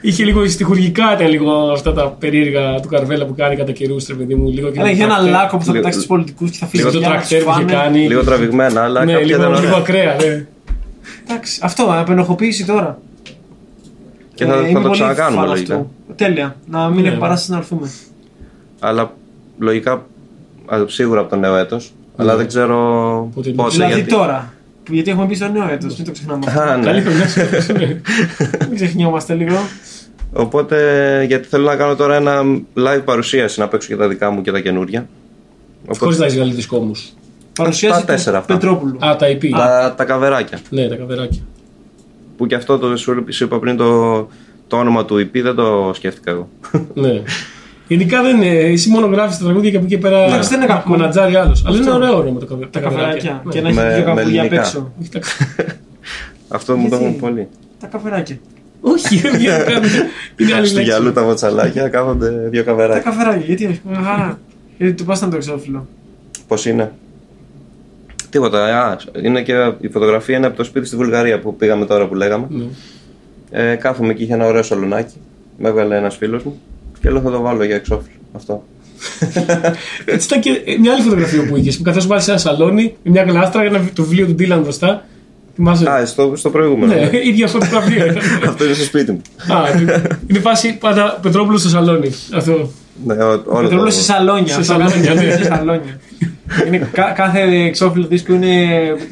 Είχε λίγο στοιχουργικά, ήταν λίγο αυτά τα περίεργα του Καρβέλα που κάνει κατά καιρούς, ρε παιδί μου. Λίγο και Αλλά με είχε ένα τρακτέρ. λάκκο που θα Λίγο- πετάξει τους πολιτικούς και θα φύγει Ναι. Λίγο το για να τους τρακτέρ που είχε φάνε. κάνει. Λίγο τραβηγμένα, αλλά Ναι, κάποια ήταν λίγο, ωραία. λίγο ακραία. Ναι. Εντάξει, αυτό, απενοχοποίηση τώρα. Και θα, Ε, θα είμαι το πολύ ξανακάνουμε fan λογικά. αυτού. Τέλεια. Να μην Ναι. έχει παράσταση να έρθουμε. Αλλά λογικά α, σίγουρα από το νέο έτος. Ναι. Αλλά δεν ξέρω Πότε πότε. είναι. Δηλαδή γιατί- τώρα. Που- Γιατί έχουμε μπει στο νέο έτος, μην το ξεχνάμε. αυτό. Α, ναι. Καλή χρονιά σου. ναι. Μην ξεχνιόμαστε λίγο. Οπότε γιατί θέλω να κάνω τώρα ένα live παρουσίαση να παίξω και τα δικά μου και τα καινούργια. Χωρί Οπότε, να έχεις βγάλει δίσκο όμω. Παρουσίαση τα τέσσερα του αυτά. Πετρόπουλου. Α, τα EP. τα, τα καβεράκια. Ναι, τα καβεράκια. Που και αυτό το σου σου είπα πριν το, το όνομα του EP δεν το σκέφτηκα εγώ. Ναι. Γενικά δεν είναι. Εσύ μόνο γράφεις τα τραγούδια και από εκεί πέρα. Εντάξει, δεν είναι κακό. Μανατζάρι άλλος. Αλλά είναι ωραίο όνομα το καβε- τα τα καφεράκια. καβεράκια. Και να Ναι. έχει Με- δύο με καπούλια απ' ελληνικά. έξω. Όχι τα- Αυτό μου το Γιατί? έχουν πολύ. Τα καφεράκια. Όχι, δεν κάνει. Είναι άλλη Στη λέξη. γυαλού τα βοτσαλάκια κάθονται δύο Τα καβεράκια. καφεράκια, γιατί όχι. Μια χαρά. Γιατί του πα ήταν το εξώφυλλο. Πώς είναι. Τίποτα. Α, είναι και η φωτογραφία είναι από το σπίτι στη Βουλγαρία που πήγαμε τώρα που λέγαμε. Ναι. Ε, κάθομαι και είχε ένα ωραίο σαλονάκι. Με έβγαλε ένας φίλος μου και λέω θα το βάλω για εξώφυλλο. Αυτό. Έτσι ήταν και ε, μια άλλη φωτογραφία που είχες. Που καθώς βάλει σε ένα σαλόνι με μια γλάστρα για ένα- το βιβλίο του Ντίλαν μπροστά. Θυμάσαι. Α, στο, στο προηγούμενο. Ναι, ίδια φωτογραφία. Αυτό είναι στο σπίτι μου. Α, είναι- Είναι φάση πάντα Πετρόπουλος στο σαλόνι. Αυτό. Ναι, ό, όλο Πετρόπουλος σε σαλόνια. Σε αυτό σαλόνια, κάνει, ναι. σε σαλόνια. Είναι κα- κάθε εξώφυλλο δίσκου είναι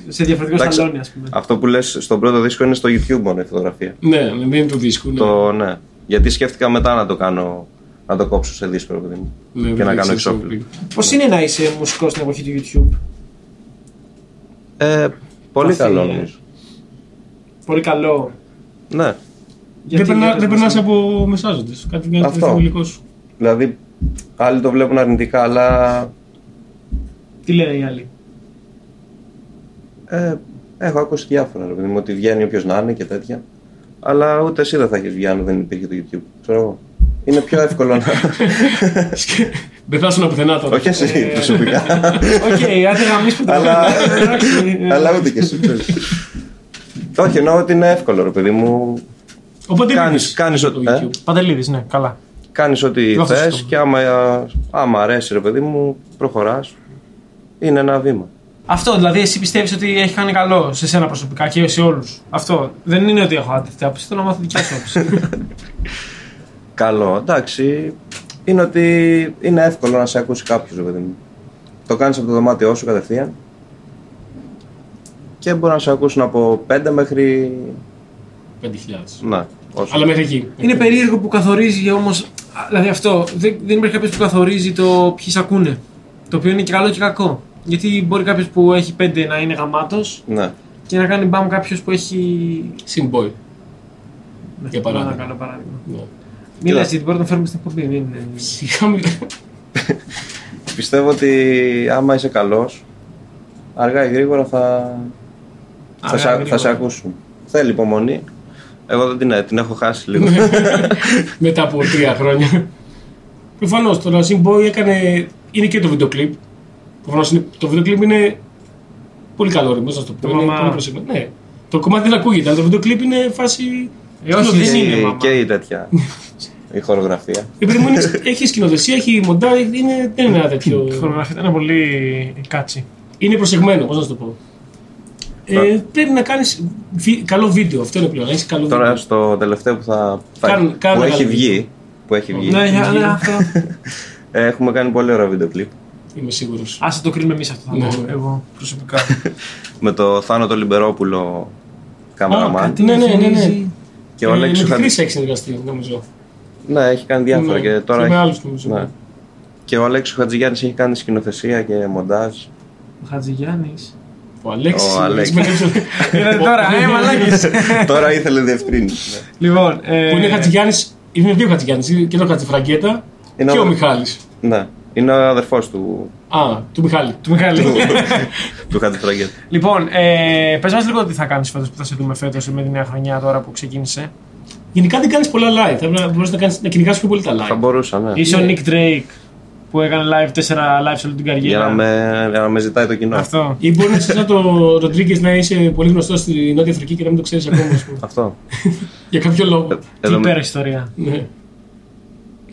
σε διαφορετικό Εντάξει, σαλόνι, ας πούμε. Αυτό που λες στον πρώτο δίσκο είναι στο YouTube μόνο η φωτογραφία. Ναι, ναι, δεν είναι του δίσκου. ναι. Το, ναι. Γιατί σκέφτηκα μετά να το κάνω, να το κόψω σε δίσκο, ρε παιδί μου. Ναι, και δεν να ξέρω κάνω τι εξώφυλλο. πει. Πώς είναι να είσαι μουσικός στην εποχή του YouTube, Ε, πολύ Καθή- καλό νομίζω. Πολύ καλό. Ναι. Δεν Γιατί περνά- για Δεν πες μας. περνά από μεσάζοντες. Κάτι βγάζει Αυτό. το υλικό σου. Δηλαδή, άλλοι το βλέπουν αρνητικά, αλλά Τι λένε οι άλλοι. ε, έχω ακούσει διάφορα. Ρε παιδί μου, ότι βγαίνει όποιος να είναι και τέτοια. Αλλά ούτε εσύ δεν θα έχεις βγει αν δεν υπήρχε το YouTube. Ξέρω εγώ. Είναι πιο εύκολο να. Σκε- Δεν θα ήσουν πουθενά τώρα. Όχι εσύ Ε, προσωπικά. Οκ, άντε να μην σπουδάσουμε. αλλά, Εντάξει, ε, αλλά ούτε και εσύ. ξέρεις. Όχι, εννοώ ότι είναι εύκολο, ρε παιδί μου. Οπότε Κάνεις- κάνεις, κάνεις ό,τι- ε. Παντελίδης, ναι, καλά. Κάνεις ό,τι Λάθος θε αυτό. και άμα, άμα αρέσει, ρε παιδί μου, προχωράς. Είναι ένα βήμα. Αυτό δηλαδή, εσύ πιστεύεις ότι έχει κάνει καλό σε σένα προσωπικά και σε όλους. Αυτό. Δεν είναι ότι έχω άτευτη άποψη, θέλω να μάθω δικιά σου άποψη. Καλό, εντάξει. Είναι ότι είναι εύκολο να σε ακούσει κάποιος, ρε παιδί μου. Το κάνεις από το δωμάτιό σου κατευθείαν. Και μπορεί να σε ακούσουν από 5 μέχρι. 5.000. Ναι, όσο. Αλλά μέχρι εκεί. είναι περίεργο που καθορίζει όμως. Δηλαδή αυτό. Δεν, δεν υπάρχει κάποιος που καθορίζει το ποιοι σ' ακούνε. Το οποίο είναι και καλό και κακό. Γιατί μπορεί κάποιος που έχει πέντε να είναι γαμάτος Ναι. και να κάνει μπαμ κάποιος που έχει. Συμπόι. Ναι, Για παράδειγμα. Να κάνω παράδειγμα. Ναι. ε, Μην λες γιατί μπορεί να τον φέρουμε στην εκπομπή. Μην... Σιγά μην- Πιστεύω ότι άμα είσαι καλός, αργά ή γρήγορα θα, Αργά θα, ή σε, γρήγορα. θα σε ακούσουν. Θέλει υπομονή. Εγώ δεν την, την έχω χάσει λίγο. μετά από τρία χρόνια. Προφανώς το Racing Boy έκανε. είναι και το βίντεο κλιπ. Προφανώς είναι- το βίντεο κλιπ είναι πολύ καλό ρημός, να το πω. Το Είναι μαμά. πολύ προσεγμένο. Ναι. Το κομμάτι δεν ακούγεται, αλλά το βίντεο κλιπ είναι φάση. Ε, όχι, και, δεν σκηνοθεσία. είναι, η- μαμά. και η τέτοια. η χορογραφία. Ε, παιδί μου, είναι- έχει σκηνοθεσία, έχει μοντά, είναι, δεν είναι ένα τέτοιο. Η χορογραφία ήταν πολύ κάτσι. είναι προσεγμένο, πώς να σου το πω. Ε, πρέπει να κάνεις καλό βίντεο. Αυτό είναι πλέον. Έχεις καλό Τώρα βίντεο. στο τελευταίο που θα. θα- Κάνουν- κάνουν που έχει καλό βγει. βίντεο. Που έχει βγει. Ναι, ναι, ναι, αυτό. ε, Έχουμε κάνει πολύ ωραίο βίντεο κλιπ. Είμαι σίγουρος. Άσε το κρίνουμε εμείς αυτό, θα πω Ναι. εγώ προσωπικά. Με το Θάνο το Λιμπερόπουλο καμεραμάν. Ναι, ναι, ναι, ναι. Ε, Θυμίζει. Και ο Αλέξης με τη Χατζη- Χρύσα έχει συνεργαστεί, νομίζω. Ναι, έχει κάνει διάφορα. Ναι, Και τώρα με έχει- άλλους, νομίζω. Ναι. Και ο Αλέξης Χατζηγιάννης έχει κάνει σκηνοθεσία και μοντάζ. Ο Χατζηγιάννης. Ο Αλέξης. Ο Αλέξης. Είναι τώρα, ε, μαλάκι. Τώρα ήθελε διευκρίνηση. ναι. Λοιπόν, ε, Που είναι Χατζηγιάννης, είναι δύο Χατζηγιάννης, είναι και το Χατζηφραγκέτα Είναι και ο- ο Μιχάλης. Ναι. Είναι ο αδερφός του, Α, του Μιχάλη. Του Μιχάλη. του Χατζηφραγκέτη. Λοιπόν, ε, πες μας λίγο τι θα κάνεις φέτος που θα σε δούμε φέτος με τη νέα χρονιά τώρα που ξεκίνησε. Γενικά δεν κάνεις πολλά live, θα πρέπει να μπορείς να, κάνεις, να κυνηγάς πιο πολύ τα Θα live. μπορούσα, ναι. Είσαι ο Nick Drake που έκανε live 4 live σε όλη την Για καριέρα. να με, για να με ζητάει το κοινό. Αυτό. Ή μπορεί να είσαι σαν το Ροντρίγκε να είσαι πολύ γνωστός στη Νότια Αφρική και να μην το ξέρεις ακόμα. ας πούμε. Αυτό. Ε, Για κάποιο λόγο. Τι Εδώ- υπέροχη ιστορία. ναι.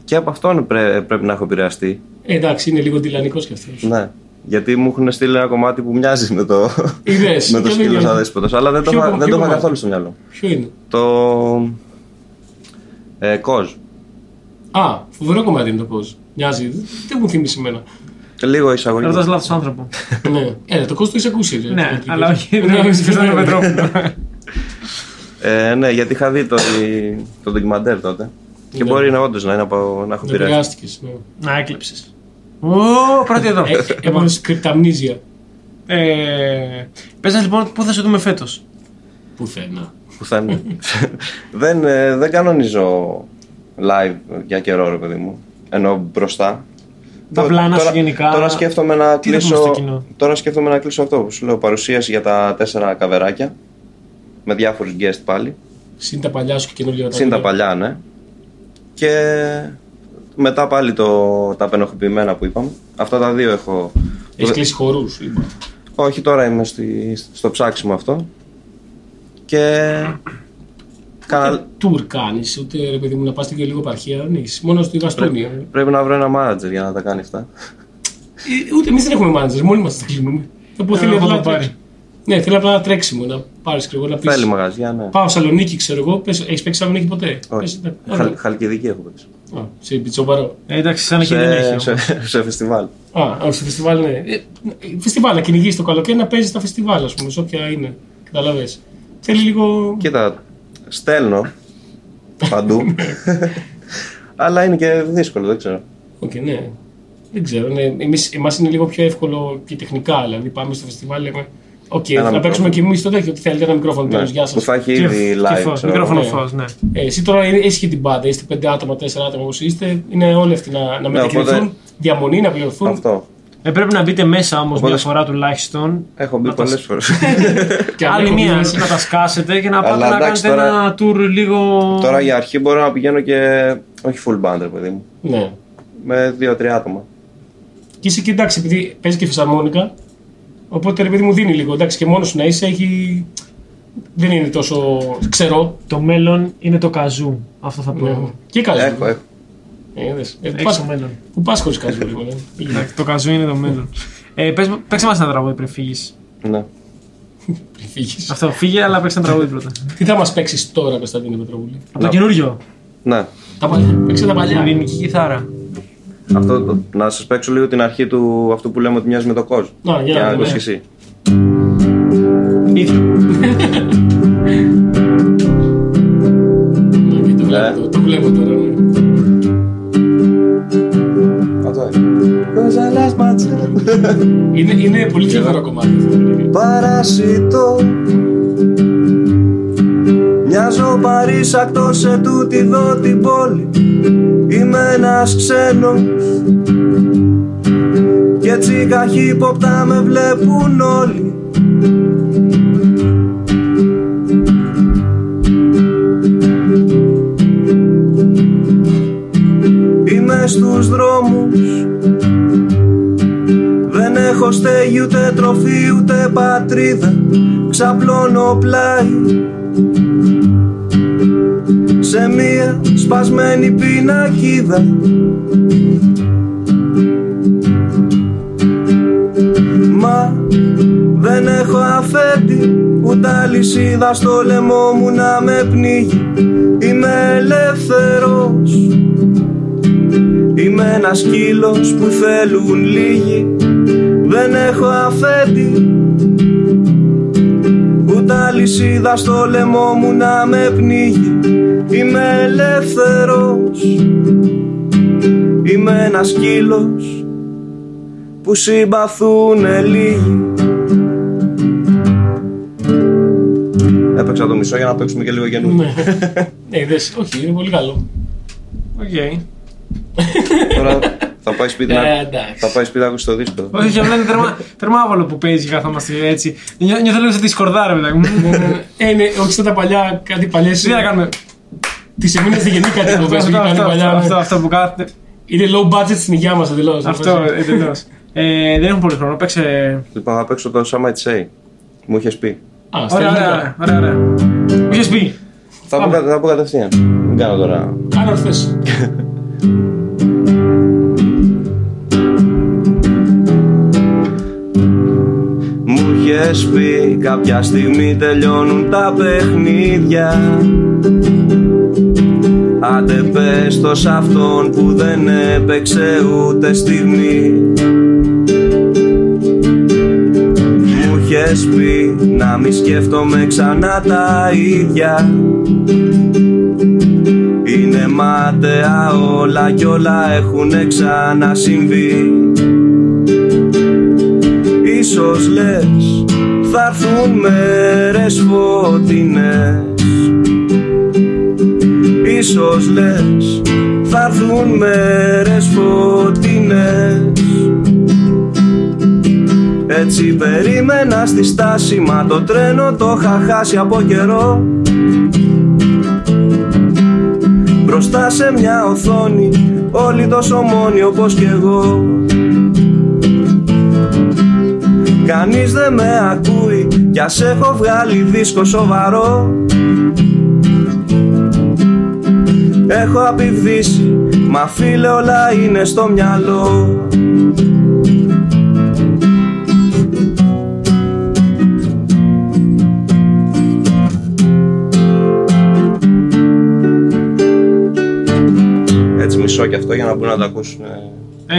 Και από αυτόν πρέ- πρέπει να έχω επηρεαστεί. Ε, εντάξει, είναι λίγο τηλανικό κι αυτός. Ναι. Γιατί μου έχουν στείλει ένα κομμάτι που μοιάζει με το, Είδες, με το ποιο σκύλος είναι? αδέσποτος. Αλλά δεν το Ποιο είχα- κομμάτι, δεν το ποιο είχα κομμάτι? καθόλου στο μυαλό. Ποιο είναι. Το. Ε, Κοζ. Α, φοβερό κομμάτι είναι το πώ. Μοιάζει. Δεν μου θυμίσει εμένα. Λίγο εισαγωγή. Ρωτά λάθος άνθρωπο. ναι. Ε, το κόστο το έχεις ακούσει. ρε, το ναι, Rodriguez. αλλά όχι. Ναι, Δεν ναι, είναι ναι. τον Πετρόπουλο. Ε, ναι, γιατί είχα δει το, το ντοκιμαντέρ τότε. Και Ναι. μπορεί να όντως να, είναι από- να έχω Δεν επηρεαστεί. επηρεάστηκε. ναι. Να έκλεψες. Ω, πρώτη εδώ. Ε, ε, Έπαθε κρυπταμνίζια. Ε, Πες μας λοιπόν πού θα σε δούμε φέτος. Πουθενά. Πουθενά. δεν, ε, δεν κανονίζω live για καιρό, ρε παιδί μου. Ενώ μπροστά. Τα Τω- πλάνα σου τώρα- γενικά, Τώρα σκέφτομαι να τι θα πούμε κλείσω. στο κοινό? Τώρα σκέφτομαι να κλείσω αυτό που σου λέω. Παρουσίαση για τα τέσσερα καβεράκια. Με διάφορους guest πάλι. Συν τα παλιά σου και καινούργια τα Συν τα οποία. παλιά, ναι. Και μετά πάλι το, τα απενοχοποιημένα που είπαμε. Αυτά τα δύο έχω. Έχεις κλείσει χορούς. Όχι, τώρα είμαι στη, στο ψάξιμο αυτό. Και. Κάνα, Τουρ κάνεις, ούτε ρε παιδί μου να πας και λίγο επαρχία. δεν έχεις. Μόνο στη Γαστούνια. Ε, Πρέπει να βρω ένα manager για να τα κάνει αυτά. Ε, Ούτε εμείς δεν έχουμε μάνατζερ, μόνοι μας τα κλείνουμε. Θα πω Ε, θέλει εγώ απλά θα να πάρει. τρέξει. Ναι, θέλει απλά να τρέξιμο, να πάρεις κρυβό, να πεις. Θέλει μαγαζιά, ναι. Πάω Σαλονίκη, ξέρω εγώ. Έχεις παίξει Σαλονίκη ποτέ. Όχι. Πες, ναι. Χαλ, χαλκιδική έχω παίξει. Α, Σε πιτσόμπαρο. Ε, Εντάξει, σαν να και δεν Σε, έχει. σε, όμως. σε φεστιβάλ. Α, όχι, στο φεστιβάλ, ναι. Ε, φεστιβάλ, να κυνηγήσει το καλοκαίρι να παίζεις τα φεστιβάλ, ας πούμε, σε όποια είναι. Καταλαβέ. Θέλει λίγο. Κοίτα, στέλνω παντού. Αλλά είναι και δύσκολο, δεν ξέρω. Οκ, ναι. Δεν ξέρω. Ναι. Εμείς, εμάς είναι λίγο πιο εύκολο και τεχνικά. Δηλαδή πάμε στο φεστιβάλ, λέμε. Οκ, Ένα θα μικρόφωνο. παίξουμε και εμείς το τέτοιο. Τι θέλετε, ένα μικρόφωνο Ναι, τέλος. Γεια που σας. θα Ε, έχει ήδη Και live. φως, ξέρω εγώ. Μικρόφωνο ναι. φως, ναι. εσύ τώρα ε- έχεις και την πάντα. Είστε πέντε άτομα, τέσσερα άτομα όπως είστε. Είναι όλοι αυτοί να, να μετακινηθούν. Ναι, οπότε- Διαμονή να πληρωθούν. Αυτό. Ε, πρέπει να μπείτε μέσα όμως Οπότε- μια φορά τουλάχιστον. Έχω μπει πολλέ φορές. Και αν Άλλη έχουν μία μέσα- να τα σκάσετε και να πάτε Αλλά να εντάξει, κάνετε τώρα- ένα tour λίγο. Τώρα για αρχή μπορώ να πηγαίνω και. Όχι full band, ρε παιδί μου. Ναι. Με δύο-τρία άτομα. Και είσαι και εντάξει, επειδή παίζει και φυσαρμόνικα. Οπότε ρε παιδί μου δίνει λίγο. Εντάξει, και μόνος σου να είσαι έχει. Δεν είναι τόσο ξερό. Το μέλλον είναι το καζού. Αυτό θα πω εγώ. Και καζού. Έχω, έχω. Ε, δες. Ε, Έχεις πας- το μέλλον. Που πας χωρίς καζού λίγο. ναι. Πήγαινε. Εντάξει, το καζού είναι το μέλλον. Ε, πες- παίξε μας ένα τραγούδι πριν φύγεις. Ναι. Πριν φύγεις. Αυτό, φύγε, αλλά παίξε ένα τραγούδι πρώτα. Τι θα μας παίξεις τώρα, Κωνσταντίνε Πετροβουλή. Από το Να. καινούριο. ναι. Τα παλιά. Παίξε τα Παλιά. παλιά. Ελληνική κιθάρα. Αυτό, το- να σας παίξω λίγο την αρχή του αυτού που λέμε ότι μοιάζει με το κόσμο. Να, για Για να να δούμε. ακούσει και εσύ. Ήθε- Ναι, και το Ναι. βλέπω, Το βλέπω τώρα. ναι. Αυτό είναι. Cause I lost my time. Είναι, είναι πολύ θλιβερό κομμάτι. αυτό, ρε. Παρασιτό Μοιάζω παρήσακτο σε τούτη εδώ την πόλη Είμαι ένας ξένος Και τσίκα χύποπτα με βλέπουν όλοι Είμαι στους δρόμους δεν έχω στέγη ούτε τροφή ούτε πατρίδα Ξαπλώνω πλάι Σε μία σπασμένη πινακίδα Μα δεν έχω αφέντη Ούτε αλυσίδα στο λαιμό μου να με πνίγει Είμαι ελεύθερος Είμαι ένας σκύλος που θέλουν λίγοι Δεν έχω αφέντη Ούτε αλυσίδα στο λαιμό μου να με πνίγει Είμαι ελεύθερος Είμαι ένας σκύλος που συμπαθούνε λίγοι Έπαιξα το μισό για να παίξουμε και λίγο καινούργιο. Ναι. ναι, δες, όχι, είναι πολύ καλό. Οκ. Τώρα θα πάει σπίτι να, Ε, εντάξει. θα πάει σπίτι να ακούσει το δίσκο. Όχι, και απλά είναι θερμά, θερμάβολο που παίζει και καθόμαστε έτσι. Νιώ, νιώθω λίγο σε τη σκορδάρα μετά. Ναι, ναι, ναι. Ε, ναι, όχι σαν τα παλιά, κάτι παλιές... Τι να κάνουμε. Τις εμείνες δεν γεννήκα κάτι που Αυτό, παίζουν, αυτό, κάνει αυτό, παλιά. αυτό, ναι. αυτό που κάθεται. Είναι low budget στην υγειά μας εντελώς. να Αυτό παίζει. εντελώς. Ε, Δεν έχουμε πολύ χρόνο. Παίξε. Λοιπόν, θα παίξω το Some Might Say. Μου είχες πει. Α, στα Ωραία, ελληνικά. ωραία, ωραία. ωραία. Μου είχες πει. Θα πω, κα- θα πω κατευθείαν. Μην κάνω τώρα. Κάνε ό,τι θες. Μου είχες πει κάποια στιγμή τελειώνουν τα παιχνίδια Άντε πες το σ' αυτόν που δεν έπαιξε ούτε στιγμή Μου είχες πει να μη σκέφτομαι ξανά τα ίδια Είναι μάταια όλα κι όλα έχουν ξανασυμβεί Ίσως λες θα έρθουν μέρες φωτεινές Ίσως λες θα έρθουν μέρες φωτεινές Έτσι περίμενα στη στάση μα το τρένο το είχα χάσει από καιρό Μπροστά σε μια οθόνη όλοι τόσο μόνοι όπως κι εγώ Κανείς δεν με ακούει κι ας έχω βγάλει δίσκο σοβαρό Έχω απειβδίσει, μα φίλε όλα είναι στο μυαλό Έτσι μισό και αυτό για να μπορούν να το ακούσουν. ε.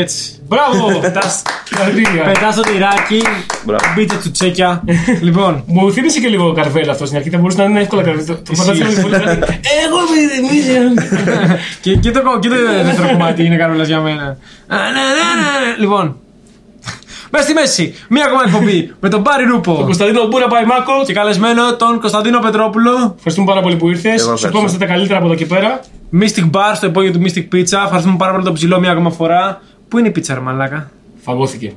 Έτσι. Μπράβο! Πετάς- Συγχαρητήρια. Πετά στο τυράκι. Μπράβο. Μπείτε τσουτσέκια. Λοιπόν. Μου θύμισε και λίγο καρβέλα αυτός στην αρχή. Θα μπορούσε να είναι εύκολα καρβέλα. Το- Το Ισχύει. φαντάζομαι πολύ. καλύτερα. Εγώ με θυμίζει. και, και το, κο- και το δεύτερο κομμάτι είναι καρόλα για μένα. Α, ναι, ναι, ναι. Λοιπόν. Μέσα στη μέση, μία ακόμα εκπομπή με τον Πάρη Ρούπο Κωνσταντίνο Μπούρα Παϊμάκο. και καλεσμένο τον Κωνσταντίνο Πετρόπουλο. Ευχαριστούμε πάρα πολύ που ήρθες. Εγώ Σου ευχαριστώ. ευχόμαστε τα καλύτερα από εδώ και πέρα. Mystic Bar στο υπόγειο του Mystic Pizza. Ευχαριστούμε πάρα πολύ τον ψηλό μία ακόμα φορά. Πού είναι η πίτσα, ρε μαλάκα. Φαγώθηκε.